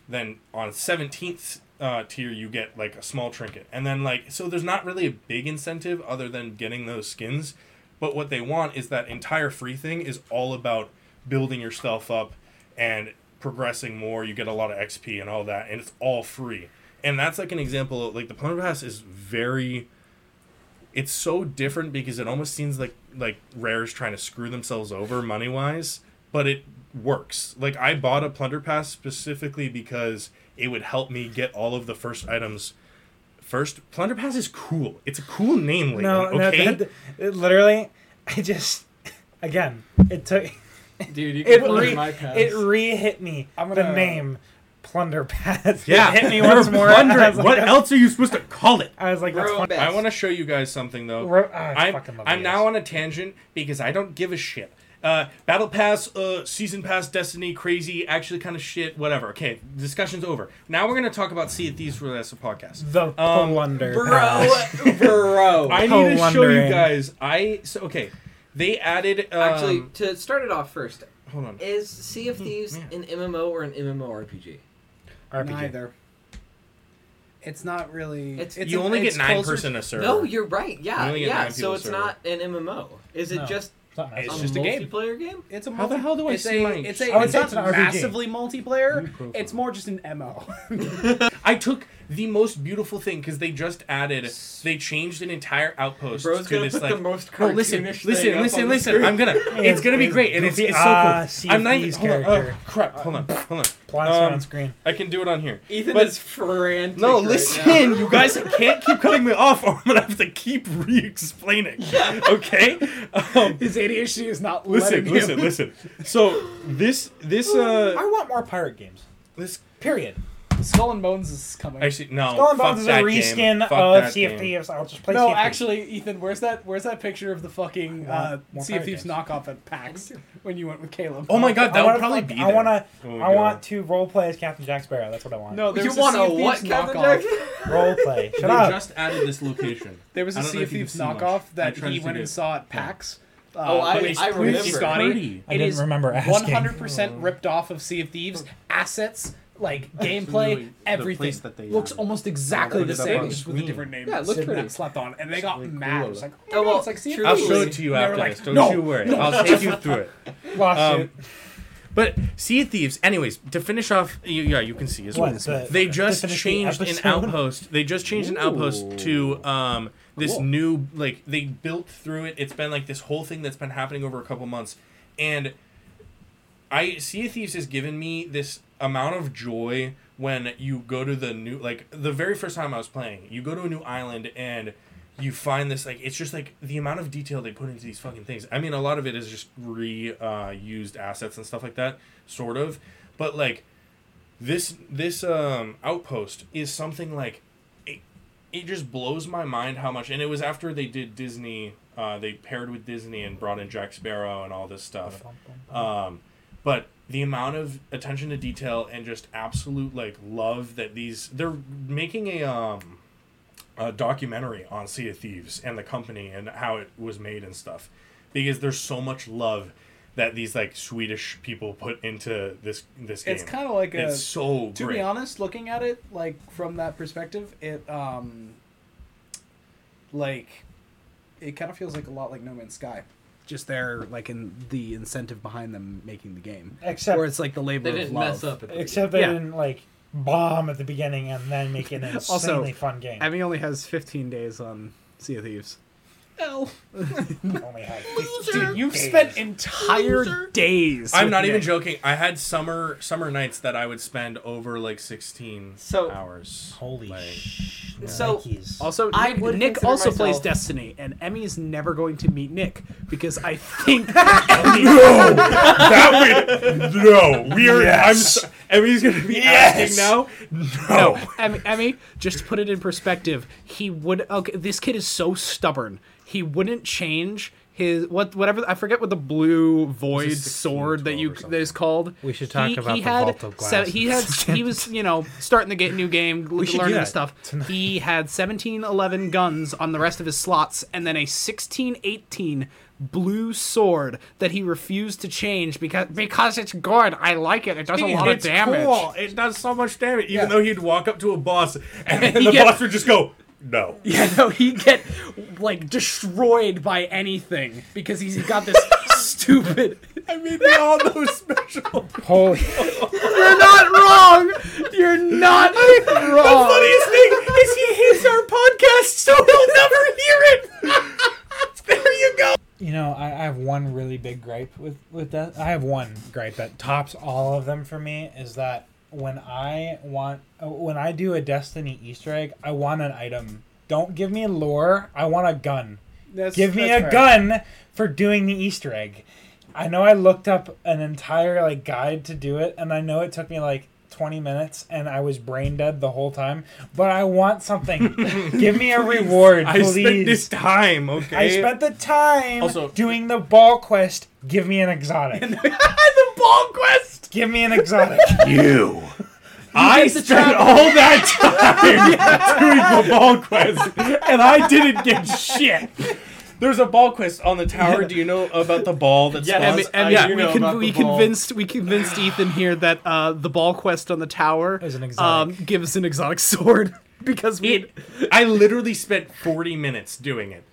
S3: then on 17th uh, tier you get like a small trinket and then like so there's not really a big incentive other than getting those skins but what they want is that entire free thing is all about building yourself up and progressing more you get a lot of xp and all that and it's all free and that's like an example of like the plunder pass is very it's so different because it almost seems like like rare's trying to screw themselves over money wise but it works like i bought a plunder pass specifically because it would help me get all of the first items first plunder pass is cool it's a cool name Layton,
S2: No, no,
S3: okay
S2: that- it literally, I just, again, it took,
S4: Dude, you
S2: it
S4: can play
S2: re,
S4: my pass.
S2: it re hit me.
S1: I'm
S2: the
S1: gonna-
S2: name Plunder Pass.
S3: yeah
S2: it hit me
S3: You're
S2: once more. I
S3: plundering.
S2: was like-
S3: what else are you supposed to call it
S2: I was like, that's
S4: Bro,
S2: fun.
S4: bet.
S3: I want to show you guys something though.
S2: Ro- ah, I
S3: I'm,
S2: fucking love
S3: I'm
S2: videos.
S3: now on a tangent because I don't give a shit. Uh, Battle Pass, uh, Season Pass, Destiny, crazy, actually kind of shit, whatever. Okay, discussion's over. Now we're gonna talk about Sea of Thieves for the rest of the podcast.
S2: The
S3: Um,
S2: Plunder
S4: bro,
S2: Pass.
S4: bro.
S3: I need to show you
S2: wondering.
S3: guys. I so okay. They added um, Hmm,
S4: Actually, to start it off first,
S3: Hold on.
S4: is Sea of Thieves
S3: man.
S4: an MMO or an MMORPG?
S2: RPG.
S1: Neither. It's not really.
S4: It's-
S3: you
S1: a-
S3: only
S1: it's
S3: get nine
S1: closer-
S3: person a server.
S4: No, you're right. Yeah,
S3: You only get
S4: yeah.
S3: nine
S4: So
S3: people
S4: it's
S3: to
S4: not an MMO. Is it
S2: No.
S4: just
S2: It's not nice.
S3: It's
S4: a
S3: just a game.
S4: multiplayer game?
S1: It's a
S3: How the
S1: multi-
S3: hell do I
S1: it's
S3: see
S1: a,
S3: my-
S1: It's a.
S3: I
S2: would
S1: It's
S2: say
S1: not
S2: it's an RPG.
S1: massively multiplayer.
S3: New profile.
S1: It's more just an MO.
S3: I took the most beautiful thing because they just added, they changed an entire outpost
S4: Bro's
S3: to
S4: gonna
S3: this
S4: put
S3: like.
S4: the most
S3: No, listen,
S4: cartoonish
S3: listen,
S4: thing up on
S3: listen,
S4: the
S3: listen.
S4: screen.
S3: I'm gonna. It's gonna be
S2: it's
S3: great, and it's,
S2: goofy.
S3: it's so
S2: Ah,
S3: cool.
S2: Sea
S3: I'm
S2: of
S3: not. even-
S2: Thieves
S3: Hold on, uh,
S2: character.
S3: crap. Hold on. Hold on.
S2: Plots
S3: Um,
S2: on screen.
S3: I can do it on here.
S4: Ethan
S3: But-
S4: is frantic.
S3: No,
S4: right
S3: listen.
S4: now.
S3: You guys can't keep cutting me off, or I'm gonna have to keep re-explaining. Okay. Um,
S1: His ADHD is not
S3: listen,
S1: letting
S3: listen,
S1: him.
S3: listen. So this, this,
S2: I
S3: uh,
S2: want more pirate games.
S3: this.
S2: Period.
S1: Skull and Bones is coming.
S3: Actually, no.
S2: Skull and
S3: Oh, fuck
S2: Bones is a
S3: that game.
S2: reskin
S3: Fuck
S2: of
S3: that
S2: Sea of
S3: game.
S2: Thieves. I'll just play Sea
S1: no,
S2: of Thieves.
S1: actually, Ethan, where's that? Where's that picture of the fucking uh,
S2: More
S1: Sea of
S2: pirate
S1: Thieves
S2: games.
S1: knockoff at PAX when you went with Caleb?
S3: Oh my god, that
S2: I
S3: would
S2: wanna
S3: probably
S2: fuck-
S3: be.
S2: I
S3: there.
S2: want to.
S3: Oh my
S2: I
S3: God.
S2: want to role play as Captain Jack Sparrow. That's what I want.
S1: No, there
S4: you
S1: was a
S4: want
S1: Sea
S4: a
S1: of
S4: what,
S1: Thieves
S4: Captain
S1: knockoff.
S4: Jack?
S2: Role play. Shut
S3: they
S2: up.
S3: just added this location.
S1: There was
S3: I
S1: a
S3: don't
S1: Sea
S3: know
S1: of
S3: if you've
S1: Thieves
S3: seen much.
S1: knockoff that
S3: I tried
S1: he
S3: to
S1: went
S3: dig
S1: and
S3: it.
S1: saw at PAX. Uh,
S4: Oh, I-
S1: with
S4: I
S1: with
S4: remember.
S1: Scotty.
S2: I
S1: It
S2: didn't
S1: is
S2: remember asking.
S3: Oh.
S1: 100% ripped off of Sea of Thieves. Assets, like gameplay,
S3: Really, the
S1: everything
S3: place that they,
S1: looks
S3: um,
S1: almost exactly
S3: put
S1: the
S3: it up
S1: same,
S3: on
S1: just with a
S3: screen.
S1: different name.
S4: Yeah, it looked
S1: Sitting
S4: pretty.
S1: that slept on, and they got
S3: really
S1: mad.
S3: cool.
S1: It was like, oh,
S4: Oh,
S1: well,
S4: well,
S1: it's like Sea of
S4: truly-
S3: I'll
S1: Thieves.
S3: show it to you
S1: And they were
S3: after
S1: like,
S3: this. Don't
S1: "No,
S3: you worry.
S1: no."
S3: I'll take you through it. Um,
S2: Lawsuit.
S3: But Sea of Thieves, anyways, to finish off, y- yeah, you can see as well.
S2: What, the-
S3: they
S2: to
S3: just
S2: finish the
S3: changed an
S2: episode?
S3: outpost. They just changed an outpost to um, this
S1: Cool.
S3: new, like, they built through it. It's been, like, this whole thing that's been happening over a couple months. And I Sea of Thieves has given me this amount of joy when you go to the new like the very first time I was playing, you go to a new island and you find this like it's just like the amount of detail they put into these fucking things. I mean, a lot of it is just reused uh, used assets and stuff like that, sort of. But like this this um outpost is something like it, it just blows my mind how much and it was after they did disney uh, they paired with disney and brought in jack sparrow and all this stuff um, but the amount of attention to detail and just absolute like love that these they're making a um a documentary on Sea of Thieves and the company and how it was made and stuff because there's so much love that these like Swedish people put into this this game.
S1: It's kind of like a.
S3: it's so
S1: to
S3: great.
S1: be honest, looking at it like from that perspective, it um, like, it kind of feels like a lot like No Man's Sky. Just there, like in the incentive behind them making the game,
S2: Except-
S1: or it's like the labor
S4: They
S1: of
S4: didn't
S1: love.
S4: mess up. At the
S2: Except they
S1: Yeah.
S2: didn't like bomb at the beginning and then make it an insanely
S1: Also,
S2: fun game.
S1: Emmy only has 15 days on Sea of Thieves. L.
S2: Only had 50
S1: Dude,
S2: days.
S1: entire
S5: Loser.
S1: days.
S3: I'm not
S1: looking
S3: even
S1: at-
S3: joking. I had summer summer nights that I would spend over like 16
S4: So-
S3: hours.
S2: Holy
S3: Like,
S2: sh!
S4: So-
S2: Nikes.
S1: Also,
S4: I
S1: Nick,
S4: would
S1: Nick
S4: consider
S1: also plays
S4: myself-
S1: Destiny, and Emmy's never going to meet Nick because I think Emmy
S3: No, that would no. We are. I'm.
S2: Yes.
S3: So, Emmy's gonna be
S2: Yes.
S3: asking
S1: No,
S3: now. No.
S1: Emmy, Emmy, just to put it in perspective, he would. Okay, this kid is so stubborn. He wouldn't change his what whatever I forget what the blue void
S3: 16,
S1: sword that you
S3: 12 or something.
S1: that is called.
S2: We should talk about the vault of
S1: se- he had he was you know starting to get new game l-
S2: should do
S1: learning
S2: that
S1: this stuff. He had 17, 11 guns on the rest of his slots, and then a 16, 18 blue sword that he refused to change because because it's good. I like it. It does a lot of
S3: It's
S1: damage.
S3: cool. It does so much damage. Even
S2: Yeah.
S3: though he'd walk up to a boss, and
S1: he
S3: the
S1: get-
S3: boss would just go, "No."
S1: Yeah, no, he get like destroyed by anything because he's got this stupid.
S3: I mean, we all know special.
S2: Holy
S1: You're not wrong. You're not wrong.
S3: Funniest thing is he hates our podcast, so he'll never hear it. there you go.
S2: You know, I, I have one really big gripe with with that. I have one gripe that tops all of them for me is that when I want uh, when I do a Destiny Easter egg, I want an item. Don't give me lore. I want a gun. Give me a gun for doing the Easter egg. I know I looked up an entire like guide to do it, and I know it took me like. 20 minutes and I was brain dead the whole time, but I want something. Give me a reward,
S3: I
S2: please.
S3: spent this time, okay?
S2: I spent the time
S3: Also-
S2: doing the ball quest. Give me an exotic.
S1: the ball quest.
S2: Give me an exotic.
S3: you. I
S1: the
S3: spent
S1: trap.
S3: all that time doing the ball quest, and I didn't get shit. There's a ball quest on the tower. Do you know about the ball that
S4: Yeah,
S1: And,
S3: spawns?
S1: and
S3: I do
S1: we,
S3: know
S1: con-
S3: about the
S1: we
S3: ball.
S1: convinced we convinced Ethan here that uh, the ball quest on the tower um,
S2: Is an exotic.
S1: gives an exotic sword because we
S3: It, I literally spent 40 minutes doing it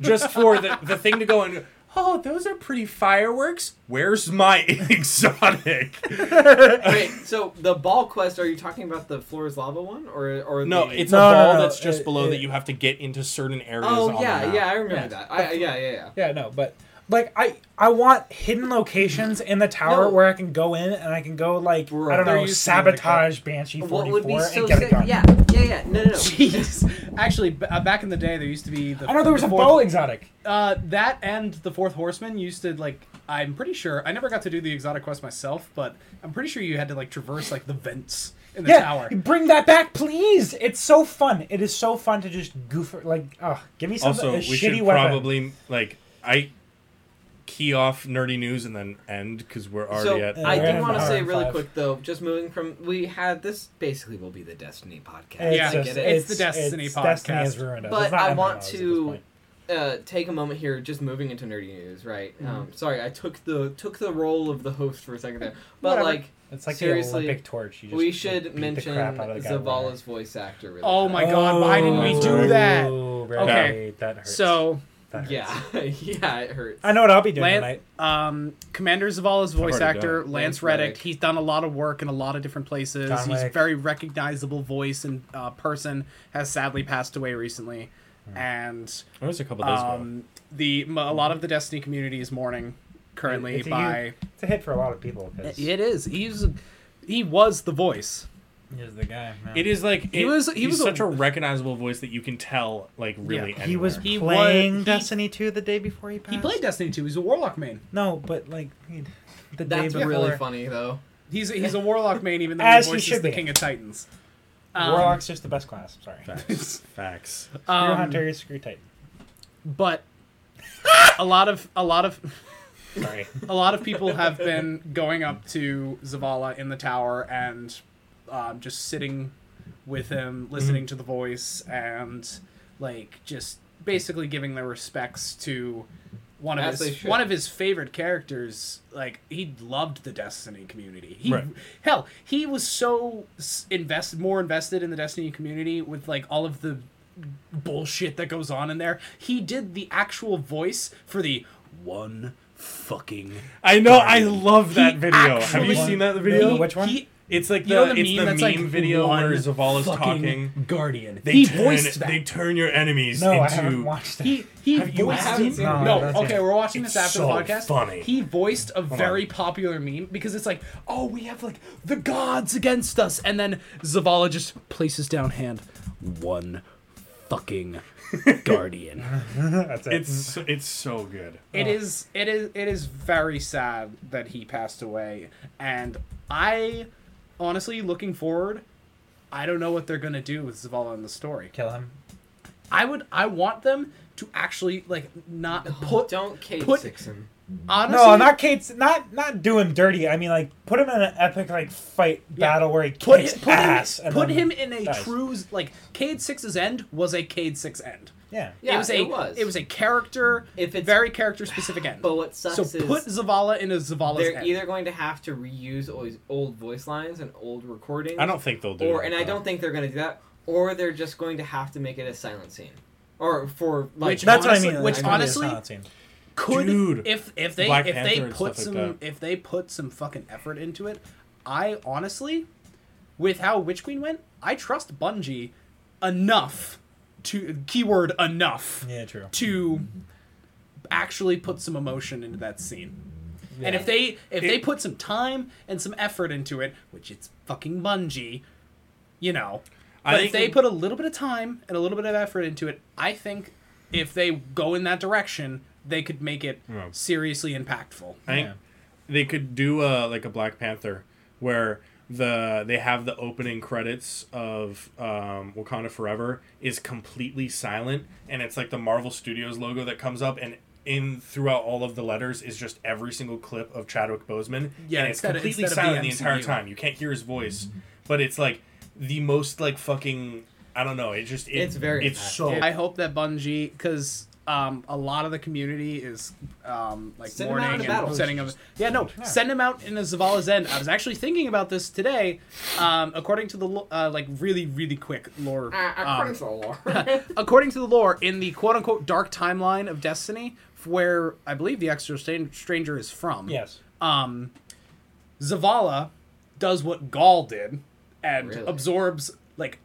S3: just for the, the thing to go and go, oh, those are pretty fireworks. Where's my exotic?
S4: Wait, so the ball quest? Are you talking about the floor is lava one, or or
S3: No,
S4: the...
S3: it's
S2: No,
S3: a
S2: no,
S3: ball
S2: no,
S3: that's just
S2: it-
S3: below that
S2: it-
S3: you have to get into certain areas. on
S4: oh
S3: the
S4: yeah,
S3: map.
S4: yeah, I remember
S2: Yeah.
S4: that. I, I- yeah, yeah, yeah.
S2: yeah, no, but like I I want hidden locations in the tower
S4: No.
S2: where I can go in and I can go like I don't
S4: There
S2: know
S1: used to be like
S2: sabotage Banshee
S4: What
S2: forty
S4: would be
S2: four
S4: so
S2: and get a
S4: sick?
S2: gun.
S4: Yeah, yeah, yeah. No, no, no.
S1: Jeez. Actually, b- uh, back in the day, there used to be the.
S2: I know there was a
S1: the fourth-
S2: bow exotic.
S1: Uh, that and the Fourth Horseman used to like. I'm pretty sure I never got to do the exotic quest myself, but I'm pretty sure you had to like traverse like the vents in the
S2: Yeah,
S1: tower.
S2: bring that back, please. It's so fun. It is so fun to just goof like, oh, give me some
S3: Also,
S2: a
S3: we
S2: shitty
S3: should
S2: weapon.
S3: probably like I key off nerdy news and then end because we're already
S4: So
S3: at.
S2: Yeah,
S4: I
S2: we're
S4: do
S2: at
S4: want to
S2: an hour
S4: say
S2: and
S4: really
S2: five.
S4: quick though, just moving from we had this basically will be the Destiny podcast.
S2: It's
S1: Yeah,
S4: I
S2: just-
S4: get it.
S1: it's the Destiny
S2: Destiny has
S1: podcast.
S2: ruined us. It's
S4: but
S2: not
S4: I
S2: MMOs
S4: want
S2: at this
S4: to
S2: point.
S4: uh, take a moment here, just moving into nerdy news, right?
S2: Mm-hmm.
S4: Um, sorry, I took the took the role of the host for a second there, but
S1: Whatever.
S4: like
S2: It's like
S4: Seriously,
S2: the Olympic torch. You just
S4: we
S2: like,
S4: should
S2: beat the
S4: mention
S2: crap out of the guy
S4: Zavala's voice actor. Really
S1: Oh
S4: quick.
S1: my god! Why didn't we
S3: Oh,
S1: do
S3: right.
S1: that?
S2: Right,
S1: Okay.
S2: that hurts.
S1: So,
S2: That hurts.
S4: Yeah, yeah, it hurts.
S2: I know what I'll be
S1: Lan-
S2: doing tonight.
S1: um, Commander Zavala's voice
S3: already done
S1: actor
S3: it.
S1: Lance
S4: Lance
S1: Reddick.
S4: Reddick.
S1: He's done a lot of work in a lot of different places.
S2: Don
S1: He's
S2: Lake.
S1: very recognizable voice and uh, person. Has sadly passed away recently, and
S3: It was a couple days ago.
S1: um, the m- a lot of the Destiny community is mourning currently
S2: It's a huge-
S1: by.
S2: It's a hit for a lot of people. 'cause
S1: It is. He's he was the voice.
S2: He's the guy. man.
S3: It is like
S1: He
S3: it-
S1: was- he
S3: he's
S1: was a-
S3: such a recognizable voice that you can tell like really.
S1: Yeah.
S2: He was
S3: anywhere.
S1: He
S2: playing
S1: was- he-
S2: Destiny 2 the day before he passed.
S1: He played Destiny 2. He's a warlock main.
S2: No, but like he- the
S4: That's
S2: day before.
S4: really funny though.
S1: He's he's a warlock main even though
S2: As
S1: he
S2: he
S1: voices
S2: should
S1: the
S2: be.
S1: King of Titans.
S2: Warlock's just the best class. I'm sorry. Screw
S3: facts.
S1: Um,
S2: Hunter, screw Titan.
S1: but a lot of a lot of
S2: Sorry.
S1: a lot of people have been going up to Zavala in the tower and um, just sitting with him, listening to the voice, and like just basically giving their respects to one of
S4: As they
S1: his
S4: should.
S1: one of his favorite characters. Like he loved the Destiny community. He
S3: Right.
S1: hell, he was so s- invest more invested in the Destiny community with like all of the bullshit that goes on in there. He did the actual voice for the one fucking
S3: I know. I love that
S1: He
S3: video. Have
S1: actually-
S3: you seen that
S2: Yeah,
S3: video?
S2: Which one?
S1: He
S3: It's like the,
S5: You know the
S3: it's
S5: meme
S3: the
S5: that's
S3: meme
S5: like
S3: video
S5: one
S3: where Zavala's
S5: fucking
S3: talking.
S5: Guardian.
S3: They
S5: he
S3: turn,
S5: voiced that.
S3: They turn your enemies
S2: No,
S3: into.
S2: I haven't watched it.
S1: He he
S3: Have you
S1: voiced
S3: haven't
S1: him-
S3: seen
S2: it?
S1: no,
S2: No, that's
S1: okay
S2: it.
S1: we're watching this
S3: It's
S1: after
S3: so
S1: the podcast
S3: funny.
S1: he voiced a very
S3: on.
S1: popular meme because it's like oh we have like the gods against us and then Zavala just places down hand one fucking guardian
S2: That's it.
S3: It's it's so good.
S1: it is it is it is very sad that he passed away and I honestly looking forward I don't know what they're gonna do with Zavala in the story
S2: kill him.
S1: I would I want them to actually like not put
S4: Oh, Don't Kate
S1: put-
S4: six him.
S1: honestly
S2: No, not Kate's. Not not doing dirty. I mean, like put him in an epic like fight battle where he
S1: put,
S2: kicks
S1: him- put
S2: ass.
S1: him
S2: and
S1: put
S2: then-
S1: him in a
S2: dies.
S1: true like Cade Six's end was a Cade Six end.
S2: Yeah.
S4: Yeah,
S1: it was a
S4: it was.
S1: a character
S4: If it's-
S1: very character specific end.
S4: But what sucks
S1: so
S4: is
S1: put Zavala in a Zavala's
S4: they're
S1: end.
S4: either going to have to reuse old, old voice lines and old recordings.
S3: I don't think they'll do.
S4: or
S3: it,
S4: and I
S3: though.
S4: don't think they're going to do that. Or they're just going to have to make it a silent scene, or for like
S1: Which
S2: That's
S1: Honestly-
S2: what I mean.
S1: which
S2: it's gonna be a
S1: honestly-
S2: silent scene.
S1: Could
S3: Dude.
S1: if if they
S3: Black
S1: if
S3: Panther
S1: they
S3: and
S1: put
S3: stuff
S1: some
S3: like that.
S1: if they put some fucking effort into it, I honestly, with how Witch Queen went, I trust Bungie enough to keyword enough
S2: Yeah, true.
S1: to actually put some emotion into that scene. And if they if they put some time and some effort into it, which it's fucking Bungie, you know.
S3: I
S1: But
S3: think
S1: if they
S3: it-
S1: put a little bit of time and a little bit of effort into it, I think if they go in that direction, they could make it
S3: Yeah.
S1: seriously impactful.
S3: I think
S2: Yeah.
S3: they could do a like a Black Panther where the they have the opening credits of um, Wakanda Forever is completely silent and it's like the Marvel Studios logo that comes up and in throughout all of the letters is just every single clip of Chadwick Boseman.
S1: Yeah,
S3: and it's
S1: instead of-
S3: completely
S1: instead of
S3: silent
S1: the
S3: the, entire
S1: MCU.
S3: time. You can't hear his voice,
S1: Mm-hmm.
S3: but it's like the most like fucking I don't know. It just it,
S4: It's very
S3: it's so
S4: impactful.
S1: I hope that Bungie, because um, a lot of the community is um, like
S4: Send 'em out
S1: mourning
S4: into battle.
S1: and sending them. Yeah, no, send them out in a Zavala's end. I was actually thinking about this today. Um, according to the lo- uh, like really really quick lore,
S4: Ah.
S1: um, according to the lore in the quote unquote dark timeline of Destiny, where I believe the extra stan- stranger is from.
S2: Yes.
S1: Um, Zavala does what Gaul did and
S4: Really?
S1: absorbs like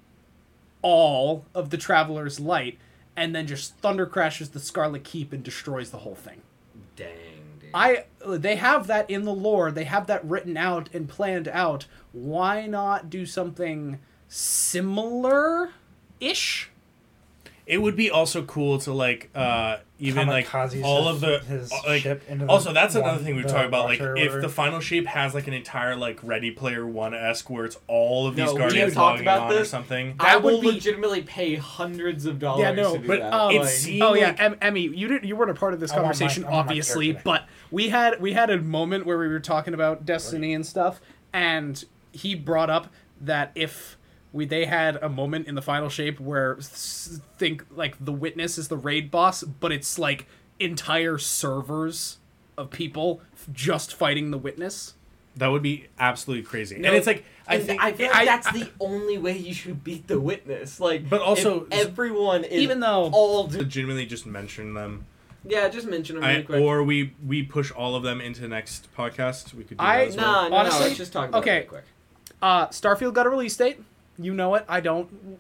S1: all of the Traveler's light, and then just thunder crashes the Scarlet Keep and destroys the whole thing.
S4: Dang, dude.
S1: I they have that in the lore. They have that written out and planned out. Why not do something similar ish?
S3: It would be also cool to like uh even like
S2: Kamikazes
S3: all
S2: his-
S3: of the
S2: his
S3: uh, like
S2: ship into the
S3: also that's another
S2: one-
S3: thing we were
S2: the
S3: talking about like
S2: watcher or
S3: if
S2: whatever.
S3: the final shape has like an entire like Ready Player One esque where it's all of these
S4: No, we
S3: guardians
S4: have talked
S3: logging
S4: about
S3: on or
S4: this.
S3: something.
S1: I
S4: I
S1: would
S4: will
S1: be-
S4: legitimately pay hundreds of dollars.
S1: Yeah, no,
S4: to do
S3: but,
S4: that.
S3: um,
S1: Oh,
S3: It
S1: like-
S3: seemed
S1: oh yeah,
S3: like-
S1: em, Emmy, you didn't. You weren't a part of this
S2: I want my-
S1: conversation,
S2: I want my
S1: obviously,
S2: character
S1: but we had we had a moment where we were talking about Destiny and stuff, and he brought up that if we they had a moment in the final shape where s- think like the witness is the raid boss, but it's like entire servers of people f- just fighting the witness.
S3: That would be absolutely crazy.
S4: No,
S3: and it's like I
S4: And
S3: think
S4: I feel like
S1: I-
S4: that's
S1: I-
S4: the only way you should beat the witness. Like,
S3: But also-
S4: if everyone is
S1: Even though-
S4: all do-
S3: legitimately just mention them.
S4: yeah, just mention them
S3: I,
S4: really quick.
S3: or we we push all of them into next podcast. We could do
S1: I-
S3: that as well.
S4: nah, no,
S1: Honestly-
S4: no, let's just talk about
S1: okay.
S4: it really quick.
S1: Uh, Starfield got a release date. You know it. I don't.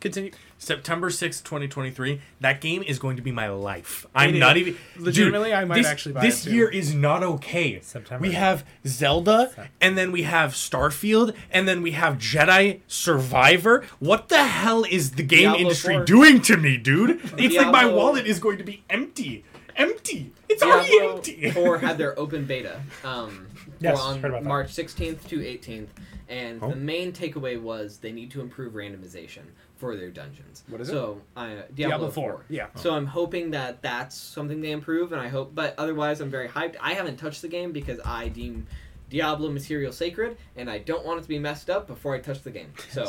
S1: Continue.
S3: September sixth, 2023. That game is going to be my life. I'm
S1: is.
S3: not even
S1: Legitimately,
S3: Dude,
S1: I might
S3: this,
S1: actually buy
S3: This
S1: it, too.
S3: year is not okay.
S2: September.
S3: We have Zelda and then we have Starfield and then we have Jedi Survivor. What the hell is the game
S4: Diablo
S3: industry
S4: 4.
S3: doing to me, dude? It's like my
S4: Diablo-
S3: wallet is going to be empty. Empty. It's
S4: Diablo
S3: already empty.
S4: 4 had their open beta um,
S2: Yes,
S4: on
S2: heard about that.
S4: March 16th to 18th, and
S3: Oh.
S4: the main takeaway was they need to improve randomization for their dungeons.
S1: What is it?
S4: so, I, Diablo,
S1: Diablo
S4: 4.
S1: 4, yeah.
S4: So I'm hoping that that's something they improve, and I hope. But otherwise, I'm very hyped. I haven't touched the game because I deem Diablo material sacred, and I don't want it to be messed up before I touch the game. So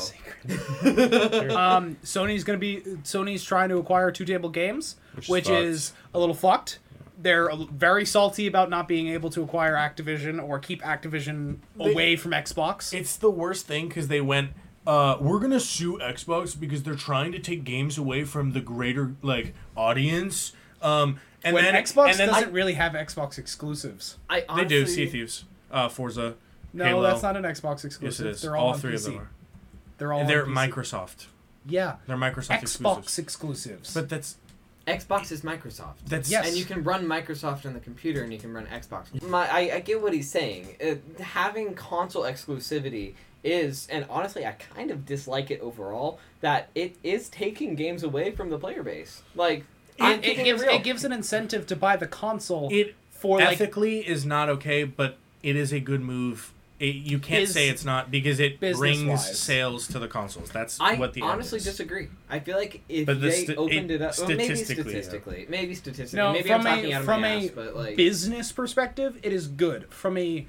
S1: um, Sony's gonna be Sony's trying to acquire Two Table Games, which,
S3: Which
S1: is a little fucked. They're a- very salty about not being able to acquire Activision or keep Activision away from Xbox.
S3: It's the worst thing because they went. Uh, we're gonna sue Xbox because they're trying to take games away from the greater like audience. Um, and
S1: when
S3: then
S1: Xbox
S3: and then
S1: doesn't really have Xbox exclusives.
S4: I
S3: they
S4: honestly,
S3: do Sea of Thieves, uh, Forza,
S1: No,
S3: Halo.
S1: that's not an Xbox
S3: Yes,
S1: exclusive.
S3: it is.
S1: They're all,
S3: All
S1: on
S3: three
S1: PC.
S3: of them are.
S1: They're all
S3: They're
S1: on PC.
S3: Microsoft.
S1: Yeah,
S3: They're Microsoft
S1: Xbox
S3: exclusives.
S1: exclusives.
S3: But that's
S4: Xbox is Microsoft.
S3: that's
S1: Yes.
S4: And you can run Microsoft on the computer, and you can run Xbox. My, I, I get what he's saying. Uh having console exclusivity is, and honestly, I kind of dislike it overall. That it is taking games away from the player base. Like, I'm
S1: it, it
S4: keeping
S1: gives
S4: real.
S1: it gives an incentive to buy the console
S3: it
S1: for like
S3: ethically is not okay, but it is a good move. It, you can't
S1: Biz-
S3: say it's not because it brings
S1: business-wise.
S3: sales to the consoles. That's
S4: I
S3: what the end
S4: honestly
S3: is.
S4: disagree. I feel like if
S3: But the
S4: they
S3: sti-
S4: opened
S3: it-
S4: it up, well, maybe
S3: statistically, yeah.
S4: statistically, maybe statistically,
S1: No,
S4: maybe
S1: from
S4: I'm talking
S1: a-
S4: out of
S1: from
S4: my
S1: a
S4: ass, but like,
S1: business perspective, it is good. From a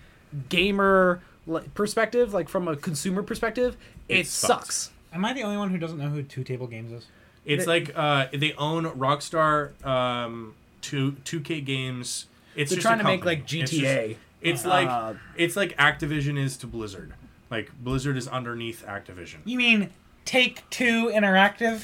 S1: gamer like, perspective, like from a consumer perspective, it,
S3: It
S1: sucks.
S3: sucks.
S2: Am I the only one who doesn't know who Two Table Games is?
S3: It's
S1: They-
S3: like uh, they own Rockstar um, two two K games. It's
S1: They're
S3: just a
S1: trying to make
S3: company.
S1: like
S3: It's just-
S1: GTA.
S3: It's,
S1: Uh,
S3: like it's like Activision is to Blizzard. Like Blizzard is underneath Activision.
S2: You mean Take Two Interactive?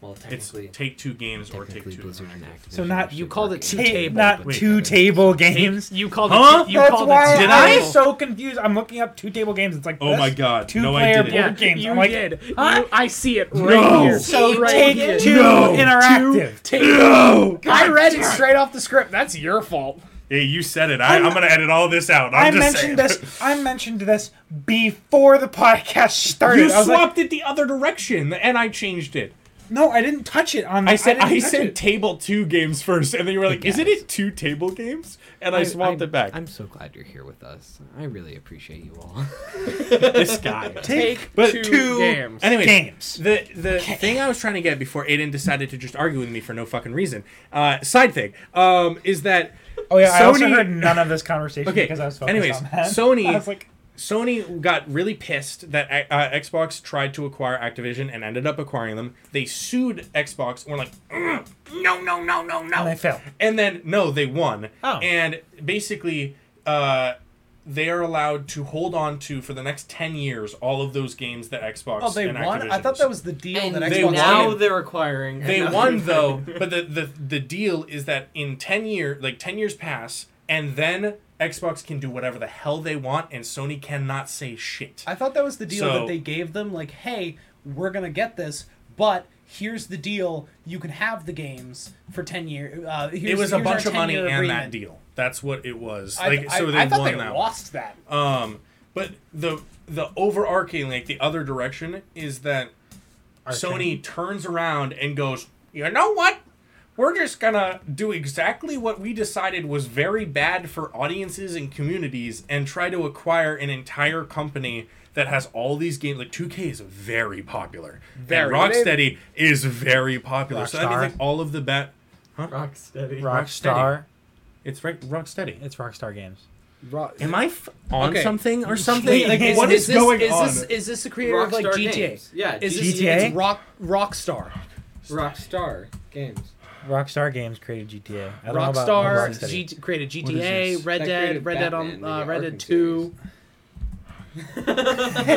S4: well,
S3: It's
S4: technically,
S3: Take Two Games or Take
S4: technically
S3: Two.
S4: Blizzard and
S3: Interactive.
S4: Activision
S2: So not-
S4: should
S1: you called
S4: work
S1: it
S4: in-
S1: Two
S2: Take-
S1: Table,
S2: not
S3: but-
S2: Two Table Games.
S1: you called
S3: Huh?
S1: it. You
S2: That's
S1: called
S2: why
S1: it.
S3: Did
S2: I'm
S3: I?
S2: so confused. I'm looking up Two Table Games. It's like
S3: Oh my
S2: this.
S3: god!
S2: Two
S3: no, I
S2: player
S3: didn't.
S1: Yeah,
S2: board games.
S1: you
S2: I'm like,
S1: did.
S2: huh?
S1: You- I see it right
S3: No.
S1: here.
S2: So
S1: right
S2: Take
S1: here.
S2: Two
S3: No.
S2: Interactive.
S1: Take-
S3: No.
S1: I read it straight off the script. That's your fault.
S3: Hey, you said it. I, I'm, gonna edit all this out. I'm
S2: I
S3: just
S2: mentioned
S3: saying.
S2: this. I mentioned this before the podcast started.
S3: You
S2: I was like,
S3: swapped it the other direction, and I changed it.
S2: no, I didn't touch it. On
S3: I said
S2: didn't
S3: I,
S2: touch
S3: said
S2: it.
S3: table two games first, and then you were like,
S4: Yes.
S3: "Isn't it two table games?" And I, swapped it back.
S4: I'm so glad you're here with us. I really appreciate you all.
S3: this guy.
S1: Take
S3: But
S1: two,
S3: two-
S1: games.
S3: Anyways,
S2: Games.
S3: The the thing I was trying to get before Aiden decided to just argue with me for no fucking reason. Uh, side thing um, is that
S2: Oh yeah, I also
S3: Sony-
S2: heard none of this conversation
S3: Okay,
S2: because I was focused
S3: anyways,
S2: on that.
S3: Sony-
S2: I was like,
S3: Sony got really pissed that uh, Xbox tried to acquire Activision and ended up acquiring them. They sued Xbox. And we're like, "Mm, no, no, no, no, no.
S2: and I fell.
S3: And then no, they won.
S2: Oh.
S3: And basically, uh, they are allowed to hold on to for the next ten years all of those games that Xbox.
S1: Oh, they
S3: and
S1: won. I
S3: Activision
S1: thought that was the deal
S4: and
S1: that
S3: they
S1: Xbox
S3: won.
S1: made.
S4: now
S3: wanted-
S4: they're acquiring.
S3: They
S4: another-
S3: won though, but the, the the deal is that in ten year, like ten years pass, and then Xbox can do whatever the hell they want, and Sony cannot say shit.
S1: I thought that was the deal
S3: So-
S1: that they gave them. Like, hey, we're gonna get this, but here's the deal: you can have the games for ten years. Uh, here's,
S3: it was a
S1: here's our
S3: bunch of money
S1: 10-year
S3: and that
S1: agreement.
S3: deal. That's what it was.
S1: I,
S3: Like so,
S1: I-
S3: they
S1: I thought
S3: won
S1: they
S3: that. one.
S1: lost that.
S3: Um, but the the overarching, like the other direction, is that Sony turns around and goes, you know what? We're just gonna do exactly what we decided was very bad for audiences and communities, and try to acquire an entire company that has all these games. Like 2K is very popular,
S1: Very.
S3: and Rocksteady is very popular. So that means
S2: Rockstar.
S3: like all of the bet.
S4: Rocksteady.
S3: Rockstar. It's right, Rocksteady.
S2: It's Rockstar Games.
S3: Am I f- on
S1: Okay.
S3: something or something?
S1: Wait,
S3: Like,
S1: is,
S3: what
S1: is
S3: is,
S1: this,
S3: going
S1: is
S3: on?
S1: This, is this the creator of like
S4: Rockstar
S1: GTA?
S4: Games. Yeah,
S1: is this
S2: GTA?
S1: It's rock Rockstar?
S4: Rockstar Games.
S2: Rockstar Games created GTA. I don't know about
S1: Rockstar
S2: Rocksteady.
S1: G- created
S3: What is
S1: GTA,
S3: this?
S1: Red
S4: That
S1: Dead,
S4: created
S1: Red Dead on
S4: Batman,
S1: uh,
S4: the
S1: Red
S4: Arkham
S1: Dead Two.
S2: you think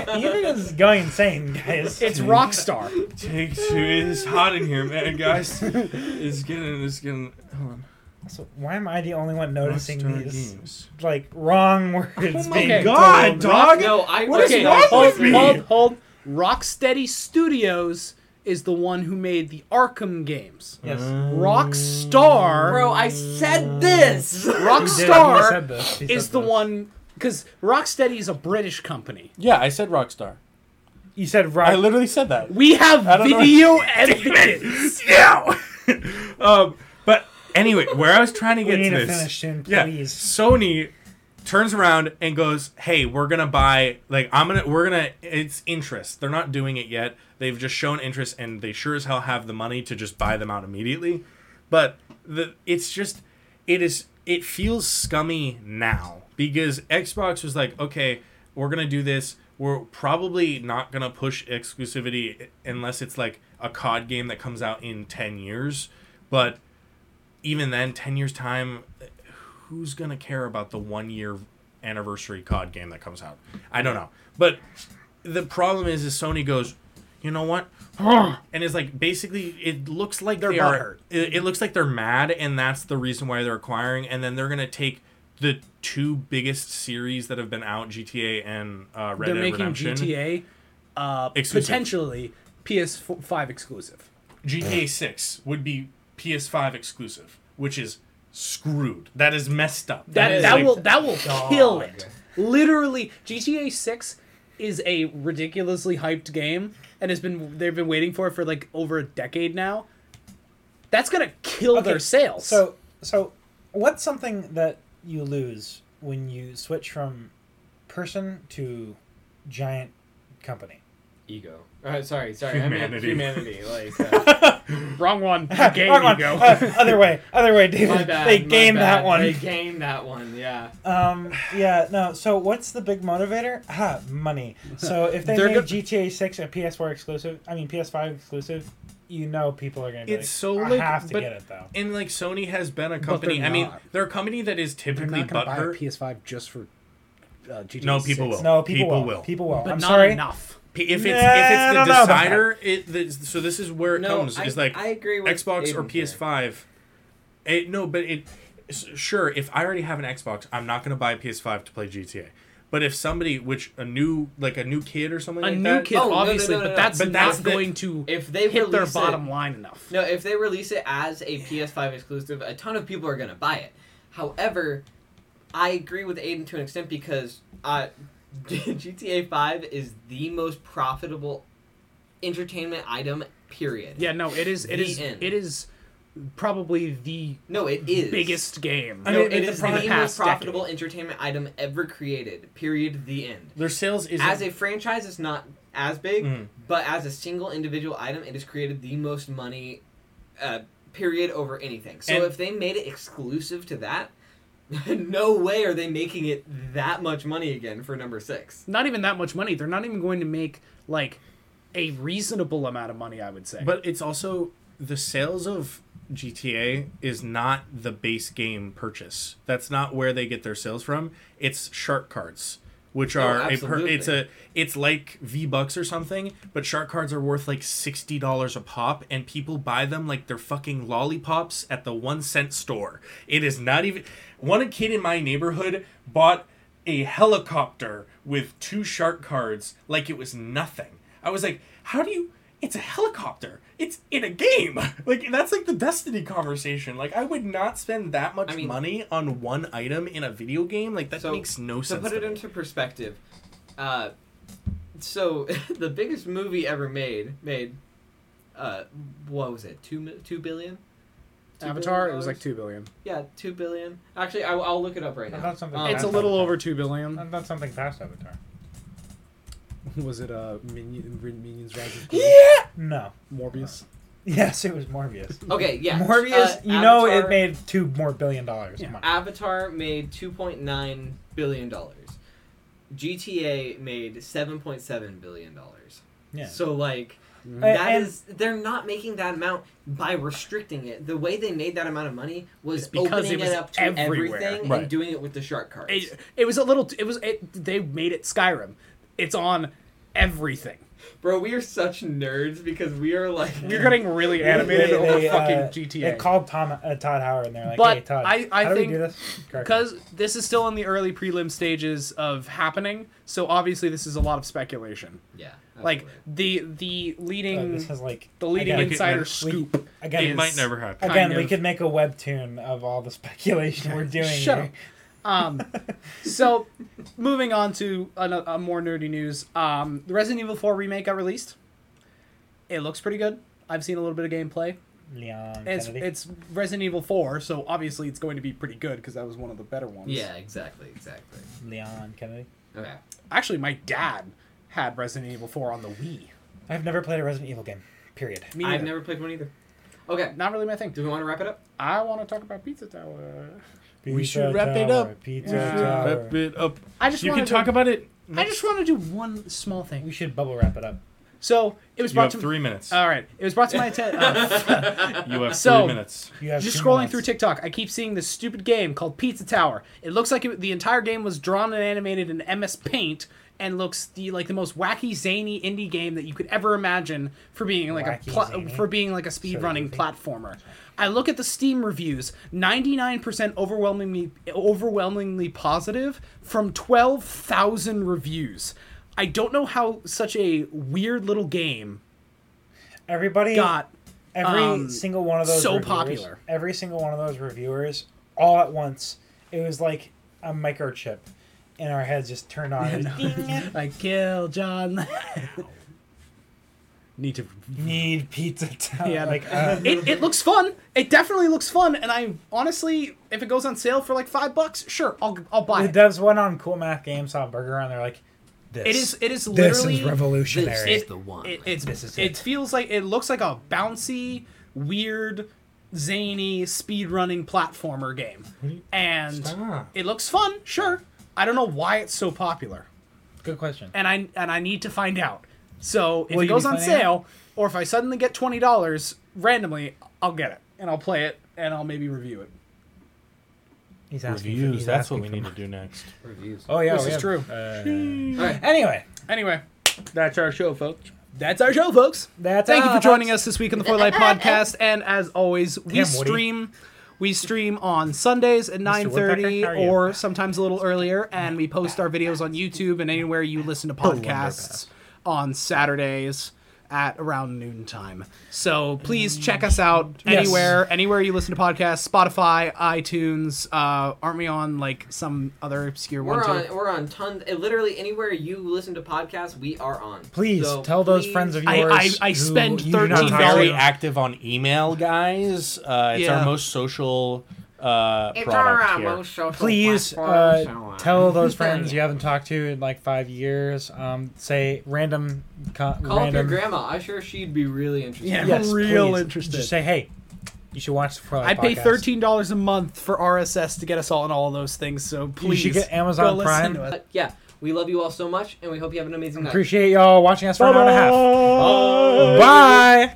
S2: this is going insane, guys?
S1: It's Rockstar.
S3: Take two. It's hot in here, man, guys. It's getting, it's getting. Hold on.
S2: So why am I the only one noticing
S3: Rockstar
S2: these
S3: Games.
S2: like wrong words?
S3: Oh my
S2: being
S1: Okay.
S3: god, dog!
S4: No, I
S3: What is
S4: okay,
S3: wrong
S1: hold,
S3: with me?
S1: Hold, hold. Rocksteady Studios is the one who made the Arkham games.
S2: Yes.
S1: Rockstar,
S4: Bro, I said this.
S1: Rockstar
S2: this.
S1: is the one because Rocksteady is a British company.
S3: Yeah, I said Rockstar.
S2: You said
S3: I
S2: rock.
S3: literally said that.
S1: We have
S3: I don't know-
S1: video evidence.
S3: No. um, but anyway, where I was trying to get
S2: need
S3: to
S2: to
S3: this,
S2: finish soon, please.
S3: Sony turns around and goes, "Hey, we're gonna buy. Like, I'm gonna, we're gonna. It's interest. They're not doing it yet. They've just shown interest, and they sure as hell have the money to just buy them out immediately. But the, it's just, it is. It feels scummy now because Xbox was like, okay, we're gonna do this. We're probably not gonna push exclusivity unless it's like a COD game that comes out in ten years, but even then, ten years time, who's gonna care about the one year anniversary COD game that comes out? I don't know. But the problem is, is Sony goes, you know what? And it's like basically, it looks like they're
S1: butthurt.
S3: It, it looks like they're mad, and that's the reason why they're acquiring. And then they're gonna take the two biggest series that have been out, GTA and uh, Red
S1: They're
S3: Dead
S1: making
S3: Redemption.
S1: GTA uh,
S3: Exclusive.
S1: potentially PS5 exclusive.
S3: GTA 6 would be PS5 exclusive, which is screwed. That is messed up.
S1: That that,
S3: is like-
S1: will that will kill
S4: Dog.
S1: it. Literally, GTA Six is a ridiculously hyped game and has been they've been waiting for it for like over a decade now. That's gonna kill their sales.
S2: So, so what's something that you lose when you switch from person to giant company?
S4: Ego. Uh, sorry, sorry. I meant
S3: Humanity.
S4: humanity. Like, uh,
S1: wrong one. Game
S2: Wrong one.
S1: ego.
S2: Uh, other way, other way, David.
S4: my bad.
S2: they
S4: my
S2: game that
S4: bad.
S2: one.
S4: They game that one. Yeah.
S2: Um. Yeah. No. So, what's the big motivator? Ah, money. So, if they
S1: They're
S2: make
S1: go-
S2: GTA Six a PS4 exclusive, I mean PS5 exclusive, you know people are gonna be
S3: It's so
S2: like,
S3: like-
S2: I have to
S3: but-
S2: get it though.
S3: and like Sony has been a company.
S1: they're
S3: I mean,
S1: not.
S3: they're a company that is
S1: I'm
S3: typically
S1: not gonna buy a
S3: butthurt.
S1: PS5 just for uh, GTA.
S3: No, people
S1: 6.
S3: will.
S2: No, people,
S3: people
S2: will.
S3: will.
S2: People will.
S1: But
S2: I'm
S1: not
S2: sorry.
S1: enough.
S3: P- If it's
S2: Nah,
S3: if it's
S2: I
S3: the
S2: don't know about that.
S3: decider, it the, so this is where it
S4: No,
S3: comes.
S4: I-
S3: is like
S4: I agree with
S3: Xbox or
S4: Aiden here.
S3: PS5. It, no, but it s- sure if I already have an Xbox, I'm not gonna buy a PS5 to play GTA. But if somebody, which a new like a new kid or something,
S1: A
S3: like
S1: new
S3: that,
S1: kid,
S4: Oh, no, no,
S1: obviously,
S4: no, no,
S1: but
S4: no.
S1: that's
S3: But
S1: not
S3: that's the-
S1: going to
S4: If they
S1: hit their
S4: release
S1: bottom
S4: it,
S1: line enough.
S4: No, if they release it as a PS5 exclusive, a ton of people are going to buy it. However, I agree with Aiden to an extent because uh, GTA 5 is the most profitable entertainment item, period.
S1: Yeah, no, it is. It
S4: The
S1: is.
S4: end.
S1: It is probably the
S4: No, it is.
S1: biggest game.
S3: I
S4: No,
S3: mean,
S4: it
S3: the
S4: is the,
S3: pro-
S4: most
S1: past
S4: profitable
S1: decade.
S4: entertainment item ever created, period. The end.
S3: their sales is
S4: As a franchise, it's not as big,
S3: Mm.
S4: but as a single individual item, it has created the most money, uh, period, over anything. So
S3: And-
S4: if they made it exclusive to that, no way are they making it that much money again for number six.
S1: not even that much money. They're not even going to make like a reasonable amount of money. I would say.
S3: But it's also the sales of GTA is not the base game purchase. That's not where they get their sales from. It's shark cards, which are a per,
S4: absolutely.
S3: it's a it's like V Bucks or something, but shark cards are worth like sixty dollars a pop, and people buy them like they're fucking lollipops at the one cent store. It is not even. One kid in my neighborhood bought a helicopter with two shark cards like it was nothing. I was like, how do you? It's a helicopter. It's in a game. Like that's like the Destiny conversation. Like I would not spend that much
S4: I mean-
S3: money on one item in a video game. Like that
S4: So-
S3: makes no
S4: So
S3: sense.
S4: put it
S3: to me.
S4: into perspective. Uh, so the biggest movie ever made made, uh, what was it? Two mi- two billion. Two
S1: Avatar,
S4: billion
S1: it was like
S4: dollars?
S1: two billion.
S4: Yeah, two billion. Actually, I, will look it up right
S2: I
S4: now.
S2: thought something
S4: Um,
S2: past
S1: It's a
S2: Avatar.
S1: little over two billion.
S2: I thought something past Avatar.
S1: Was it uh Minion, Minions Rise of
S3: Yeah.
S1: Gru-
S2: No.
S1: Morbius?
S2: Yes, it was Morbius.
S4: Okay, yeah.
S2: Morbius.
S4: uh,
S2: you know, it
S4: Avatar-
S2: made two more billion dollars.
S1: Yeah.
S2: Come on.
S4: Avatar made two point nine billion dollars. GTA made seven point seven billion dollars.
S2: Yeah.
S4: So like
S1: Mhm.
S4: that
S2: And-
S4: is- they're not making that amount by restricting it. The way they made that amount of money was
S1: It's because
S4: opening
S1: it was
S4: up to
S1: everywhere.
S4: everything
S3: Right.
S4: and doing it with the shark cards.
S1: It, it was a little. It was. It, they made it Skyrim. It's on everything.
S4: Bro, we are such nerds because we are like
S1: You're getting really
S2: They-
S1: animated
S2: they-
S1: over
S2: they,
S1: fucking
S2: uh, They
S1: GTA.
S2: called Tom, uh, Todd Howard and they're like,
S1: But
S2: "Hey, Todd,
S1: I- I
S2: how
S1: think-
S2: do we do this?" Correct.
S1: because this is still in the early prelim stages of happening, so obviously this is a lot of speculation.
S4: yeah,
S1: Like
S4: absolutely.
S1: the the
S2: Uh,
S1: leading
S2: this is like
S1: the leading
S2: again,
S1: insider
S3: we-
S1: scoop.
S2: again,
S1: is-
S3: It might never happen.
S1: kind
S2: Again, we
S1: of-
S2: could make a webtoon of all the speculation we're doing.
S1: Shut
S2: here.
S1: up. Um, so, moving on to an, a more nerdy news. Um, the Resident Evil 4 remake got released. It looks pretty good. I've seen a little bit of gameplay.
S2: Leon
S1: It's
S2: Kennedy.
S1: it's Resident Evil 4, so obviously it's going to be pretty good because that was one of the better ones.
S4: Yeah, exactly, exactly.
S2: Leon Kennedy.
S4: Okay.
S1: Actually, my dad had Resident Evil 4 on the Wii.
S2: I've never played a Resident Evil game. Period.
S1: Me
S4: I've
S1: either.
S4: never played one either. Okay.
S1: Not really my thing.
S4: Do we want to wrap it up?
S1: I want to talk about Pizza Tower.
S3: We should wrap it
S2: Tower,
S3: up.
S2: Pizza
S1: We should
S2: Tower.
S3: Wrap it up.
S1: I just
S3: You
S1: wanna
S3: can talk
S1: do,
S3: about it.
S1: I just want to do one small
S2: We
S1: thing.
S2: should bubble wrap it up.
S1: So it was
S3: You
S1: brought
S3: have
S1: to
S3: three minutes.
S1: all right. It was brought to my attention.
S3: You have
S1: So-
S3: three minutes.
S2: You have
S1: Just
S2: two
S1: scrolling
S2: minutes.
S1: through TikTok, I keep seeing this stupid game called Pizza Tower. It looks like it, the entire game was drawn and animated in MS Paint and looks the like the most wacky, zany indie game that you could ever imagine for being like
S2: Wacky,
S1: a pla-
S2: zany?
S1: for being like a speed running
S2: goofy.
S1: platformer. I look at the Steam reviews, ninety nine percent overwhelmingly overwhelmingly positive from twelve thousand reviews. I don't know how such a weird little game
S2: Everybody
S1: got
S2: every
S1: um,
S2: single one of those
S1: so
S2: reviewers-
S1: popular.
S2: Every single one of those reviewers, all at once, it was like a microchip in our heads just turned on. It was ding.
S1: I kill John. Need to.
S2: Need pizza town.
S1: Yeah,
S2: like uh,
S1: It, it looks fun. It definitely looks fun, and I honestly, if it goes on sale for like five bucks, sure, I'll I'll buy
S2: the
S1: it.
S2: devs went on Cool Math Games, saw a burger, and they're like, "This
S1: It is it is
S2: this
S1: literally
S2: is revolutionary."
S1: it-
S5: the one.
S1: It, it's
S2: This is
S1: it.
S2: it.
S1: feels like it looks like a bouncy, weird, zany speedrunning platformer game,
S3: you-
S1: and
S3: Stop.
S1: it looks fun. Sure, I don't know why it's so popular.
S2: Good question.
S1: and I and I need to find out. So if
S2: Will
S1: it
S2: you
S1: goes
S2: be
S1: on
S2: finding out?
S1: sale, or if I suddenly get twenty dollars randomly, I'll get it and I'll play it and I'll maybe review it.
S2: He's asking for-
S3: Reviews.
S2: he's
S3: That's
S2: asking
S3: what we
S2: for
S3: need
S2: money.
S3: to do next.
S4: Reviews.
S2: Oh yeah,
S1: This
S2: we
S1: is
S2: have-
S1: true.
S2: uh,
S4: All right.
S2: anyway,
S1: Anyway, that's our show, folks. That's our show, folks.
S2: that's
S1: Thank you
S2: all,
S1: for joining
S2: folks.
S1: us this week on the Four Light Podcast. And as always, we
S2: Damn, Woody.
S1: stream. We stream on Sundays at nine thirty,
S2: Woodpecker, how are you?
S1: or sometimes a little earlier, and we post our videos on YouTube and anywhere you listen to podcasts on Saturdays at around noontime. So please check us out
S2: Mm. Yes.
S1: anywhere, anywhere you listen to podcasts, Spotify, iTunes. Uh, aren't we on like some other obscure
S4: We're
S1: one
S4: on.
S1: too?
S4: We're on tons. eh, Literally anywhere you listen to podcasts, we are on.
S2: Please
S4: So
S2: tell those
S4: please-
S2: friends of
S1: I-
S2: yours.
S1: I- I
S2: who
S1: spend
S2: you do not
S1: $13
S2: know.
S1: Very
S3: very active on email, guys. Uh, it's
S1: Yeah.
S3: our most social uh,
S4: It's
S3: product
S4: our
S3: here.
S4: most social
S2: please
S4: platform, so
S2: uh,
S4: on.
S2: tell those friends you haven't talked to in like five years. Um, say random, co-
S4: Call up your
S2: random.
S4: grandma. I'm sure she'd be really interested.
S1: Yeah.
S2: yes,
S1: Real
S2: please.
S1: interested.
S2: Just say hey, you should watch the Four
S1: I
S2: Light
S1: pay
S2: Podcast."
S1: thirteen dollars a month for RSS to get us all on all those things. So please,
S2: should get Amazon
S1: go listen
S2: Prime.
S1: to us.
S4: But yeah, we love you all so much, and we hope you have an amazing night.
S2: Appreciate y'all watching us for an hour and a half. Bye.